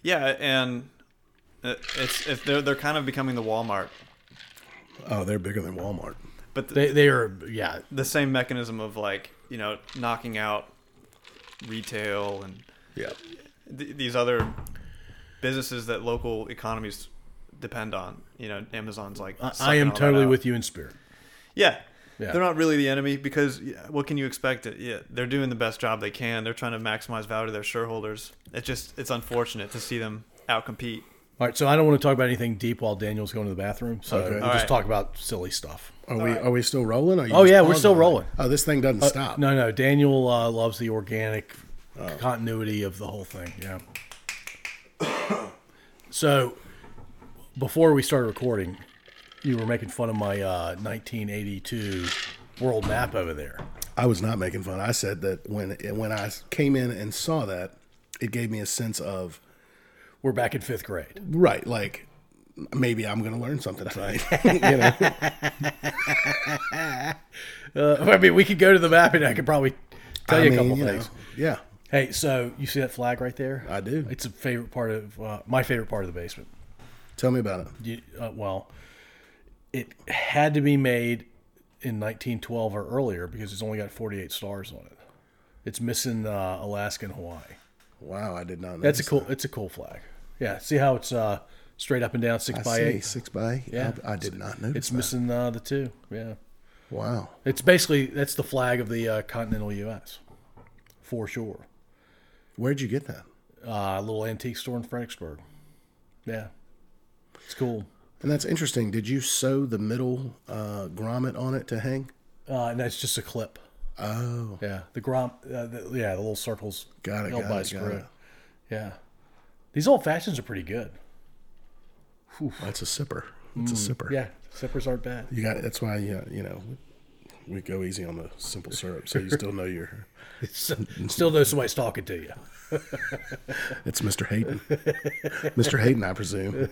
S1: yeah, and it- it's if they're they're kind of becoming the Walmart,
S3: oh, they're bigger than Walmart.
S1: but the,
S2: They, they are. Yeah.
S1: the same mechanism of like you know knocking out retail and
S3: Yeah.
S1: th- these other businesses that local economies depend on. You know, Amazon's like
S2: I, I
S1: sucking
S2: am
S1: all that
S2: totally
S1: out.
S2: with you in spirit.
S1: Yeah.
S2: Yeah.
S1: They're not really the enemy because yeah, what can you expect? It yeah, they're doing the best job they can. They're trying to maximize value to their shareholders. It's just it's unfortunate to see them outcompete.
S2: All right, so I don't want to talk about anything deep while Daniel's going to the bathroom. So we'll
S1: All
S2: just
S1: right.
S2: talk about silly stuff.
S3: Are we are we still rolling? Or you
S2: Oh,
S3: just
S2: yeah, we're
S3: paused
S2: still
S3: already?
S2: rolling. Uh,
S3: Oh, this thing doesn't stop. Oh.
S2: No, no, Daniel uh, loves the organic continuity of the whole thing. Yeah. so before we started recording, you were making fun of my uh, 1982 world map over there.
S3: I was not making fun. I said that when when I came in and saw that, it gave me a sense of
S2: We're back in fifth grade.
S3: right, like maybe I'm going to learn something tonight. you know,
S2: Uh, I mean, we could go to the map and I could probably tell
S3: I
S2: you
S3: mean,
S2: a couple
S3: you know,
S2: things.
S3: yeah,
S2: Hey, so you see that flag right there?
S3: I do.
S2: It's a favorite part of uh, my favorite part of the basement.
S3: Tell me about it.
S2: you, uh, well, it had to be made in 1912 or earlier because it's only got 48 stars on it. It's missing uh, Alaska and Hawaii.
S3: Wow, I did not. know
S2: That's a cool. It's a cool flag. Yeah, see how it's uh, straight up and down six by
S3: see,
S2: eight.
S3: six by eight.
S2: Yeah.
S3: I, I did not notice.
S2: It's
S3: that.
S2: missing uh, the two. Yeah,
S3: Wow.
S2: it's basically that's the flag of the uh, continental U.S. for sure.
S3: Where'd you get that?
S2: Uh, a little antique store in Fredericksburg. Yeah, it's cool.
S3: And that's interesting. Did you sew the middle uh, grommet on it to hang?
S2: Uh, and that's just a clip.
S3: Oh,
S2: Yeah, the grom. Uh, the, yeah, the little circles.
S3: Got it,
S2: Held
S3: got
S2: by
S3: it,
S2: a
S3: got
S2: screw.
S3: it.
S2: Yeah, these old fashions are pretty good.
S3: that's a sipper. It's a sipper.
S2: Mm. Yeah, zippers aren't bad.
S3: You got. That's why you you know we go easy on the simple syrup, so you still know your.
S2: Still know somebody's talking to you.
S3: It's Mr. Hayden. Mr. Hayden, I presume.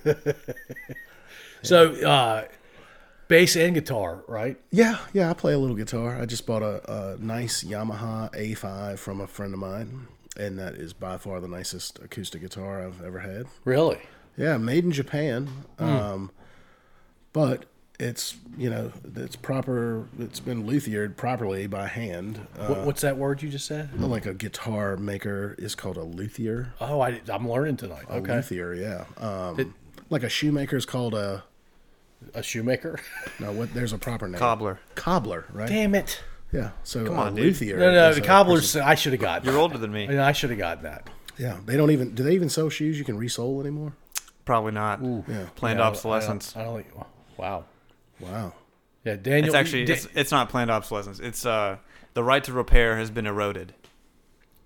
S2: So, uh, bass and guitar, right?
S3: Yeah, yeah. I play a little guitar. I just bought a, a nice Yamaha A5 from a friend of mine, and that is by far the nicest acoustic guitar I've ever had.
S2: Really?
S3: Yeah, made in Japan. Um, but it's you know it's proper. It's been luthiered properly by hand. Uh,
S2: What, what's that word you just said?
S3: like a guitar maker is called a luthier.
S2: Oh, I, am learning tonight.
S3: A
S2: okay,
S3: luthier, yeah. Um, like a shoemaker is called a
S2: a shoemaker.
S3: no. What there's a proper name.
S1: Cobbler.
S3: Cobbler, right?
S2: Damn it!
S3: Yeah. So come
S1: on, dude.
S3: luthier.
S2: No, no,
S3: is
S2: the
S3: a
S2: cobblers. I should have got.
S1: You're
S2: that.
S1: older than me.
S2: I mean, I should have got that.
S3: person- Yeah, they don't even. Do they even sell shoes you can resole anymore?
S1: Probably not.
S3: Yeah.
S1: Planned
S2: Yeah, I- I don't-
S1: obsolescence.
S2: I don't, think. Wow.
S3: Wow.
S2: Yeah, Daniel.
S1: It's actually
S2: Da-
S1: it's, it's not planned obsolescence. It's uh the right to repair has been eroded.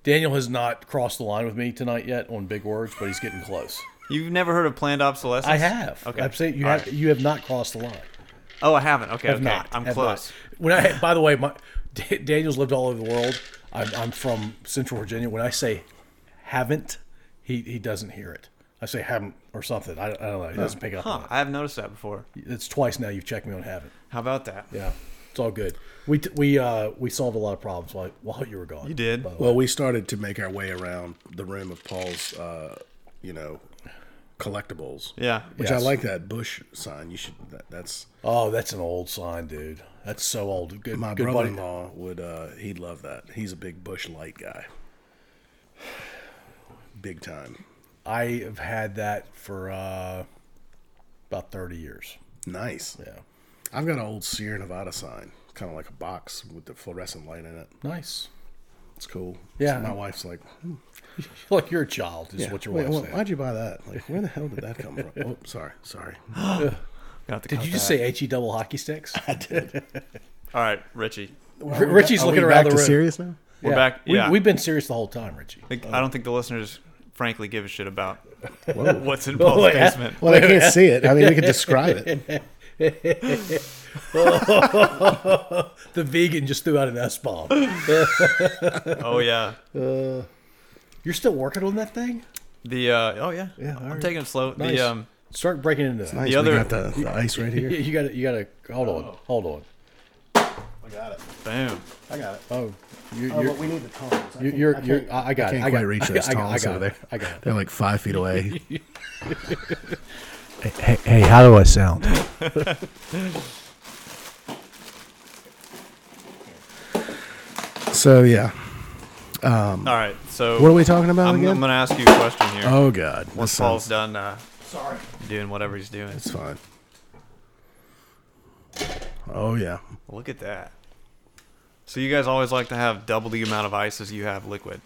S2: Daniel has not crossed the line with me tonight yet on big words, but he's getting close.
S1: You've never heard of planned obsolescence?
S2: I have.
S1: Okay.
S2: I'm saying you
S1: All
S2: have
S1: right.
S2: you have not crossed the line.
S1: Oh, I haven't. Okay.
S2: Have
S1: okay.
S2: not.
S1: I'm
S2: Have
S1: close.
S2: not. When I by the way, my D- Daniel's lived all over the world. I'm, I'm from Central Virginia. When I say haven't, he, he doesn't hear it. I say haven't or something. I, I don't know. He doesn't pick up on
S1: Huh. I have noticed that before.
S2: it. It's twice now you've checked me on haven't.
S1: How about that?
S2: Yeah, it's all good. We t- we uh we solved a lot of problems while while you were gone.
S1: You did.
S3: Well, we started to make our way around the room of Paul's, uh, you know, collectibles.
S1: Yeah.
S3: Which
S2: Yes.
S3: I like that bush sign. You should. That, that's
S2: Oh, that's an old sign, dude. That's so old. Good,
S3: my
S2: good buddy.
S3: brother-in-law would. Uh, he'd love that. He's a big bush light guy. Big time.
S2: I have had that for uh, about 30 years.
S3: Nice.
S2: Yeah.
S3: I've got an old Sierra Nevada sign, kind of like a box with the fluorescent light in it.
S2: Nice.
S3: It's cool.
S2: Yeah.
S3: So my wife's like, hmm,
S2: Like you're a child is what your
S3: wait,
S2: wife
S3: why-
S2: said.
S3: why'd you buy that? Like, where the hell did that come from? Oh, sorry, sorry.
S1: Got to
S2: Did
S1: cut
S2: you just
S1: that.
S2: say H E double hockey sticks?
S1: All right, Richie.
S2: R- Richie's
S3: Are
S2: looking
S3: we
S2: around the
S3: back to
S2: room.
S3: serious now?
S1: We're back- yeah.
S2: We, have been serious the whole time, Richie.
S1: Like,
S3: Uh,
S1: I don't think the listeners, frankly, give a shit about what's in
S3: Oh,
S1: Paul's
S2: Wait, uh,
S1: basement.
S3: Well, they can't see it. I mean, we could describe it.
S2: The vegan just threw out an S bomb.
S1: Oh yeah,
S2: You're still working on that thing?
S1: the uh, oh yeah,
S3: Yeah, all
S1: I'm
S3: right.
S1: taking it slow.
S2: Nice.
S1: The um,
S2: Start breaking into that.
S3: Nice.
S1: The other-
S3: we got the, the ice right
S2: Yeah,
S3: here.
S2: you gotta you gotta hold on. Hold on.
S3: I got it.
S1: boom.
S3: I got it.
S2: Oh you
S3: Oh,
S2: you're
S3: but we need the tongs.
S2: you're, you're, you're I I got it.
S3: can't
S2: I got
S3: quite reach
S2: I
S3: those
S2: got- I
S3: tongs
S2: got
S3: over
S2: it.
S3: there.
S2: I got it.
S3: They're like five feet away.
S2: Hey, hey, how do I sound?
S3: so yeah,
S1: All right, so
S3: Um, what are we talking about
S1: I'm,
S3: again?
S1: I'm gonna ask you a question here.
S3: oh God,
S1: Once
S3: this
S1: Paul's
S3: sounds-
S1: done, uh, doing whatever he's doing.
S3: It's fine. Oh yeah,
S1: Look at that. So you guys always like to have double the amount of ice as you have liquid.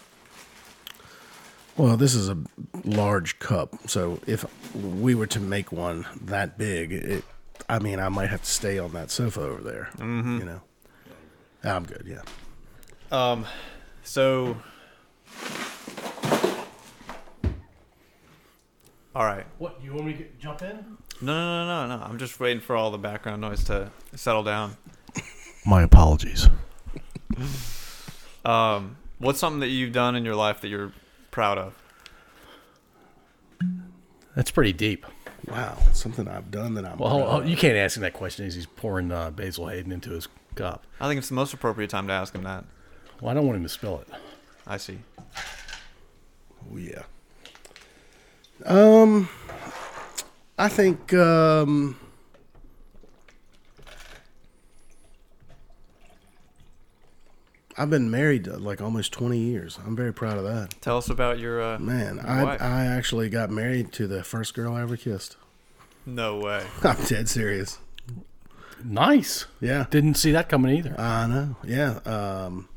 S3: Well, this is a large cup, so if we were to make one that big, it, I mean, I might have to stay on that sofa over there.
S1: Mm-hmm.
S3: You know, I'm good. Yeah,
S1: So, all right.
S2: What you want me to get, jump in?
S1: No, no, no, no, no. I'm just waiting for all the background noise to settle down.
S2: My apologies.
S1: Um, what's something that you've done in your life that you're proud of?
S2: That's pretty deep.
S3: wow, something I've done that I'm.
S2: Well,
S3: proud
S2: hold- hold-
S3: of.
S2: you can't ask him that question as he's pouring uh, Basil Hayden into his cup.
S1: I think it's the most appropriate time to ask him that.
S2: Well, I don't want him to spill it.
S1: I see.
S3: Oh, yeah. Um, I think um, I've been married uh, like almost twenty years. I'm very proud of that.
S1: Tell us about your uh,
S3: Man,
S1: your
S3: I
S1: wife.
S3: I actually got married to the first girl I ever kissed.
S1: no way.
S3: I'm dead serious.
S2: Nice.
S3: Yeah.
S2: Didn't see that coming either.
S3: I know. Yeah. Um,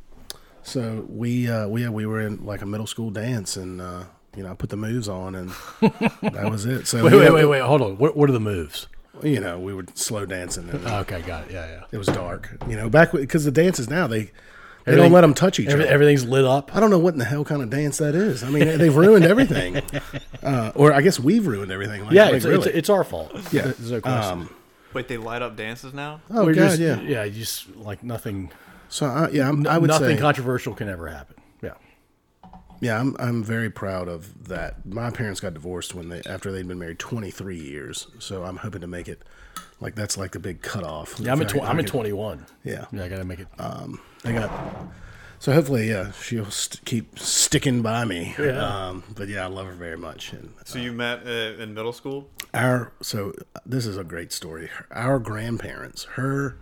S3: so we uh, we we were in like a middle school dance, and uh, you know I put the moves on, and that was it. So
S2: wait,
S3: we-
S2: wait, wait, wait. Hold on. What, what are the moves? Oh,
S3: You know we were slow dancing, and
S2: Okay, got it. Yeah,
S3: it was dark. You know back because the dances now they they
S2: Everything-
S3: don't let them touch each
S2: yeah. Every,
S3: other.
S2: everything's lit up.
S3: I don't know what in the hell kind of dance that is. I mean, they've ruined everything, uh, or I guess we've ruined everything. Like,
S2: Yeah,
S3: like,
S2: it's, it's,
S3: really.
S2: it's our fault.
S3: Yeah.
S2: There's no question.
S3: Um,
S1: Wait, they light up dances now?
S3: oh
S2: We're
S3: god,
S2: just,
S3: yeah.
S2: yeah, you just like nothing.
S3: So I, yeah, I'm, I would
S2: nothing
S3: say
S2: controversial can ever happen. Yeah.
S3: Yeah, I'm I'm very proud of that. My parents got divorced when they after they'd been married 23 years, so I'm hoping to make it like that's like the big cutoff.
S2: Yeah, I'm at
S3: If I-
S2: tw- I'm
S3: I
S2: at
S3: could-
S2: 21.
S3: Yeah, Uh,
S2: Yeah, I gotta make it.
S3: they got. So hopefully, yeah, she'll st- keep sticking by me.
S2: Yeah.
S3: Um, but yeah, I love her very much. And uh,
S1: So you met uh, in middle school?
S3: our so uh, this is a great story. Our grandparents, her,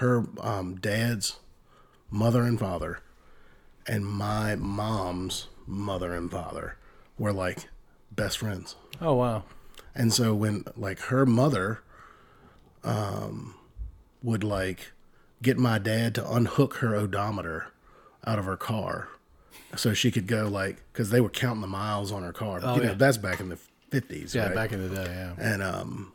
S3: her um, dad's mother and father, and my mom's mother and father were like best friends.
S2: oh wow.
S3: And so when like her mother um would like get my dad to unhook her odometer out of her car so she could go like cuz they were counting the miles on her car. you
S2: Oh, yeah.
S3: know, that's back in the 50s,
S2: Yeah,
S3: right?
S2: back in the day. Yeah.
S3: and um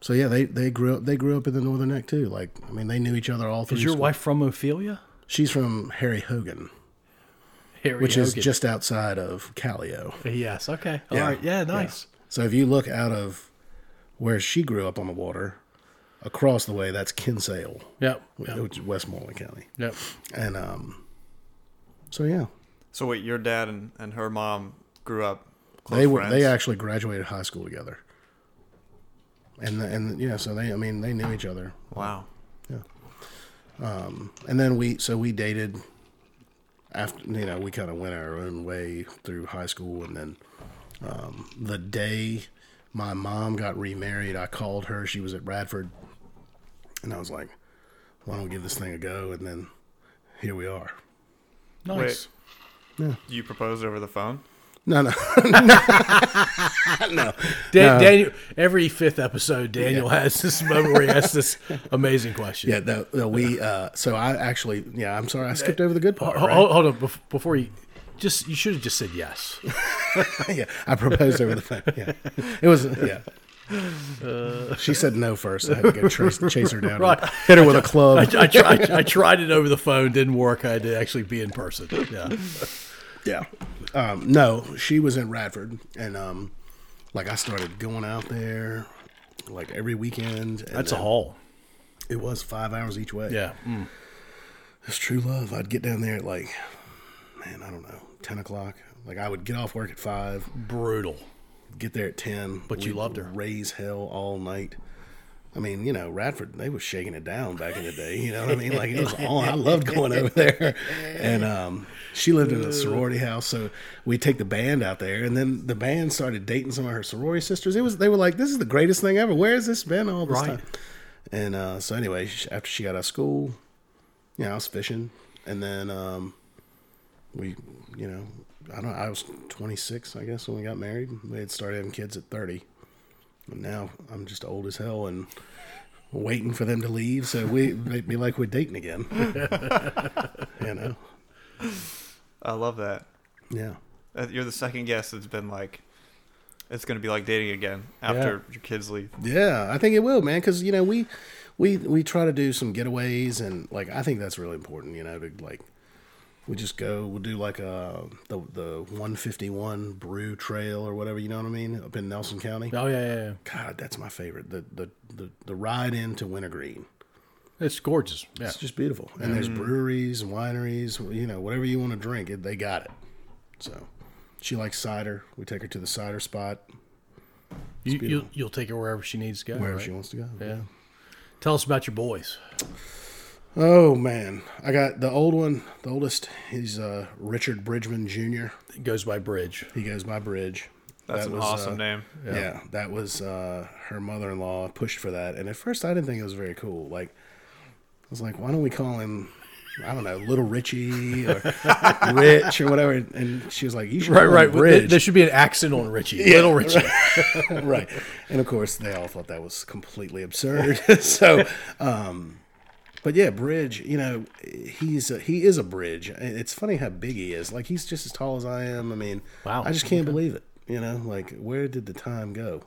S3: so yeah, they they grew up they grew up in the Northern Neck too. Like I mean, they knew each other all through
S2: Is your
S3: school.
S2: wife from Ophelia?
S3: She's from Harry Hogan,
S2: Harry
S3: which is
S2: Hogan.
S3: just outside of Callio.
S2: yes. Okay.
S3: Yeah.
S2: All right. Yeah. Nice.
S3: So if you look out of where she grew up on the water, across the way, that's Kinsale,
S2: Yep.
S3: which is Westmoreland County.
S2: Yep.
S3: And um, so yeah,
S1: So wait, your dad and, and her mom grew up. Close
S3: they were
S1: friends.
S3: they actually graduated high school together. And the, and yeah, so they I mean they knew each other,
S1: Wow.
S3: and then we so we dated. After you know, we kind of went our own way through high school, and then um, the day my mom got remarried, I called her. She was at Radford, and I was like, "Why don't we give this thing a go?" And then here we are.
S2: Nice.
S1: You proposed over the phone?
S3: No, no, no.
S2: Dan, Daniel, every fifth episode, Daniel has this moment where he asks this amazing question.
S3: Yeah, no, no, we. Uh, so I actually, yeah, I'm sorry, I skipped over the good part.
S2: Ho-
S3: right?
S2: Hold, hold on, bef- before you just you should have just said yes.
S3: yeah, I proposed over the phone. Yeah, it was. Yeah, she said no first. I had to go chase, chase her down. and
S2: Right.
S3: hit her with a club.
S2: I, I, tried, I tried it over the phone, didn't work. I had to actually be in person. Yeah.
S3: Yeah. Um, no, she was in Radford, and um, like I started going out there like every weekend. and
S2: That's a
S3: then-
S2: haul.
S3: It was five hours each way.
S2: Yeah. Mm.
S3: It's true love. I'd get down there at like, man, I don't know, ten o'clock. Like I would get off work at five,
S2: Brutal.
S3: get there at ten. But
S2: you loved her.
S3: Raise hell all night. I mean, you know, Radford, they was shaking it down back in the day. You know what I mean? Like it was on. I loved going over there. And um, she lived in a sorority house, so we take the band out there, and then the band started dating some of her sorority sisters. It was they were like, "This is the greatest thing ever. Where has this been all this
S2: Right.
S3: time?" And uh, so anyway, sh- after she got out of school, you know, I was fishing, and then um, we, you know, I don't. I was 26, I guess, when we got married. We had started having kids at 30. And now I'm just old as hell and waiting for them to leave, so we it'd be like we're dating again. you know?
S1: I love that.
S3: Yeah.
S1: Uh, You're the second guest that's been like, it's going to be like dating again after your kids leave.
S3: Yeah, I think it will, man, because you know we we we try to do some getaways, and like I think that's really important. You know, to like we just go, we'll do like uh the the 151 Brew Trail or whatever. You know what I mean? Up in Nelson County.
S2: Oh yeah, yeah, yeah.
S3: God, that's my favorite. The the the, the ride into Wintergreen.
S2: It's gorgeous. Yeah.
S3: It's just beautiful. And there's
S1: Mm.
S3: breweries and wineries, you know, whatever you want to drink, it- they got it. So she likes cider. We take her to the cider spot
S2: You, you you'll take her wherever she needs to go.
S3: wherever
S2: right?
S3: she wants to go.
S2: Yeah. Tell us about your boys.
S3: Oh man, I got the old one, the oldest. He's uh, Richard Bridgman Jr.
S2: It goes by bridge.
S3: He goes by Bridge.
S1: That's
S3: That
S1: an
S3: was,
S1: awesome
S3: uh,
S1: name.
S3: Yeah. that was uh, her mother-in-law pushed for that, and at first I didn't think it was very cool. Like, I was like, why don't we call him, I don't know, Little Richie or Rich or whatever? And she was like, you should
S2: Right,
S3: call him
S2: right. There,
S3: Bridge.
S2: there should be an accent on Richie. Little Richie.
S3: right. And of course, they all thought that was completely absurd. so, um, but yeah, Bridge. You know, he's a, he is a bridge. It's funny how big he is. Like he's just as tall as I am. I mean,
S2: Wow.
S3: I just can't believe it. You know, like where did the time go?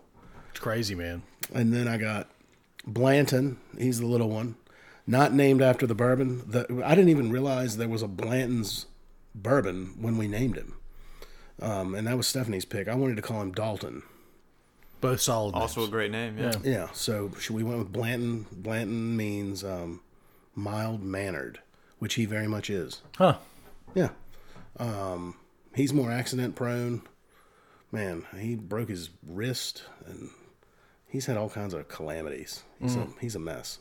S2: It's crazy, man.
S3: And then I got Blanton. He's the little one, not named after the bourbon. The, I didn't even realize there was a Blanton's bourbon when we named him. Um, and that was Stephanie's pick. I wanted to call him Dalton.
S2: Both solid. names.
S1: Also a great name. Yeah.
S3: Yeah, so sh- we went with Blanton. Blanton means um, mild mannered, which he very much is.
S2: Huh.
S3: Yeah, um, he's more accident prone. Man, he broke his wrist, and he's had all kinds of calamities. He's a he's a mess.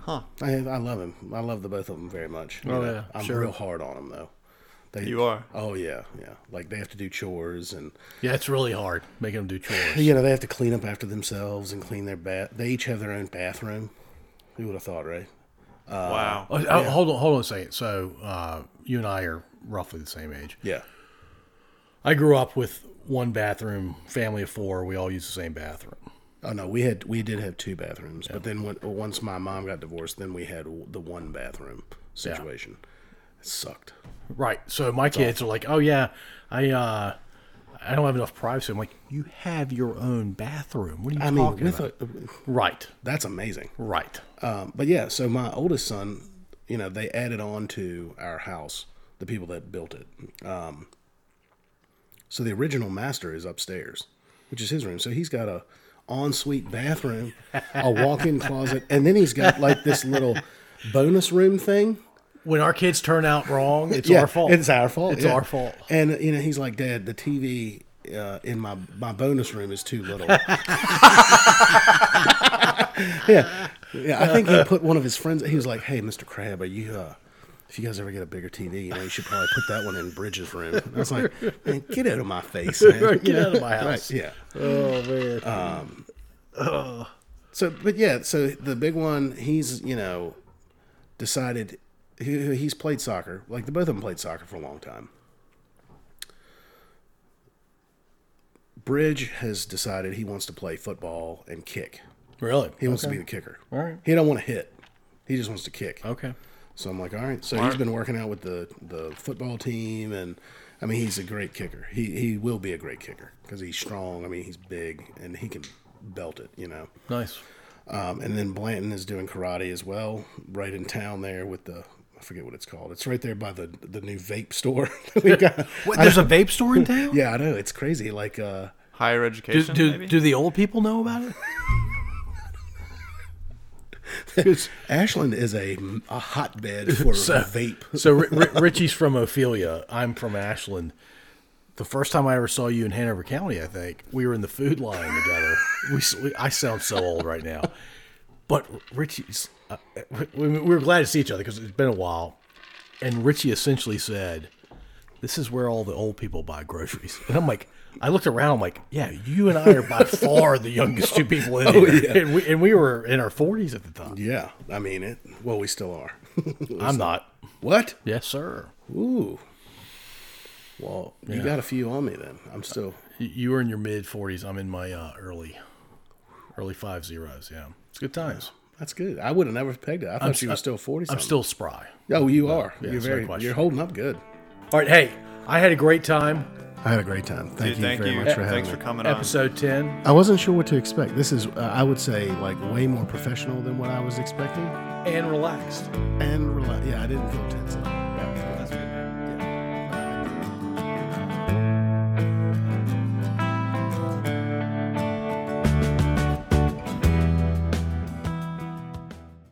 S1: Huh.
S3: I I love him. I love the both of them very much. You
S2: Oh,
S3: know,
S2: yeah,
S3: I'm
S2: sure.
S3: real hard on them though. They,
S1: You are.
S3: Oh yeah, yeah. Like they have to do chores and
S2: Yeah, it's really hard making them do chores.
S3: you know they have to clean up after themselves and clean their bath. They each have their own bathroom. Who would have thought, right?
S1: wow.
S3: Uh,
S2: Oh, oh, hold on, hold on a second. So uh, you and I are roughly the same age.
S3: Yeah.
S2: I grew up with one bathroom, family of four. We all use the same bathroom.
S3: Oh no, we had we did have two bathrooms, but then when, once my mom got divorced, then we had w- the one bathroom situation. It sucked.
S2: Right. So my kids are like, "Oh yeah, I uh, I don't have enough privacy." I'm like, "You have your own bathroom. What are you
S3: I mean,
S2: talking
S3: with
S2: about?"
S3: a,
S2: right.
S3: that's amazing.
S2: Right.
S3: Um, but yeah, so my oldest son, you know, they added on to our house the people that built it. Um, so the original master is upstairs, which is his room. So he's got a ensuite bathroom, a walk-in closet, and then he's got like this little bonus room thing.
S2: When our kids turn out wrong, it's
S3: Yeah,
S2: our fault.
S3: It's our fault.
S2: It's
S3: yeah.
S2: our fault.
S3: And you know, he's like, Dad, the TV uh, in my my bonus room is too little. yeah, yeah. I think he put one of his friends. He was like, Hey, Mr. Crab, are you? Uh, if you guys ever get a bigger TV, you know, you should probably put that one in Bridges' room. And I was like, man, get out of my face, man.
S2: Get
S3: You
S2: out of my
S3: know?
S2: house.
S3: Right, yeah. Um,
S2: Oh man.
S3: So, but yeah, so the big one, he's you know, decided he, he's played soccer. Like the both of them played soccer for a long time. Bridge has decided he wants to play football and kick.
S2: Really?
S3: He wants to be the kicker.
S2: All right.
S3: He don't want to hit. He just wants to kick.
S2: Okay.
S3: So I'm like, all right. So he's been working out with the the football team, and I mean, he's a great kicker. He he will be a great kicker because he's strong. I mean, he's big and he can belt it. You know.
S2: Nice.
S3: Um, and then Blanton is doing karate as well, right in town there with the I forget what it's called. It's right there by the the new vape store. that we got.
S2: What, there's a vape store in town?
S3: yeah, I know it's crazy. Like, uh,
S1: Higher
S2: Do,
S1: education,
S2: do,
S1: maybe?
S2: do the old people know about it? 'Cause-
S3: Ashland is a, a hotbed for vape.
S2: so Ri- Ri- Richie's from Ophelia. I'm from Ashland. The first time I ever saw you in Hanover County, I think we were in the food line together. We, s- we I sound so old right now, but Richie's. Uh, we, we were glad to see each other because it's been a while, and Richie essentially said, "This is where all the old people buy groceries." And I'm like, I looked around. I'm like, "Yeah, you and I are by far the youngest two people in here, and, we, and we were in our 40s at the time.
S3: Yeah, I mean it. Well, we still are.
S2: I'm not.
S3: what?
S2: Yes, sir."
S3: Ooh. Well, you got a few on me then. I'm still.
S2: Y- You were in your mid 40s. I'm in my uh, early, early five zeros. Yeah, it's good times.
S3: That's good. I would have never pegged it. I thought you were
S2: I'm-
S3: still forty.
S2: I'm still spry.
S3: Oh, you are. you're
S2: it's no
S3: very.
S2: question.
S3: You're holding up good.
S2: All right, hey, I had a great time.
S3: I had a great time. Thank
S1: Dude, thank you. Thanks for coming on.
S2: Episode 10,
S3: I wasn't sure what to expect. This is, uh, I would say, like way more professional than what I was expecting.
S2: and relaxed.
S3: And rela- yeah, I didn't feel tense. at all.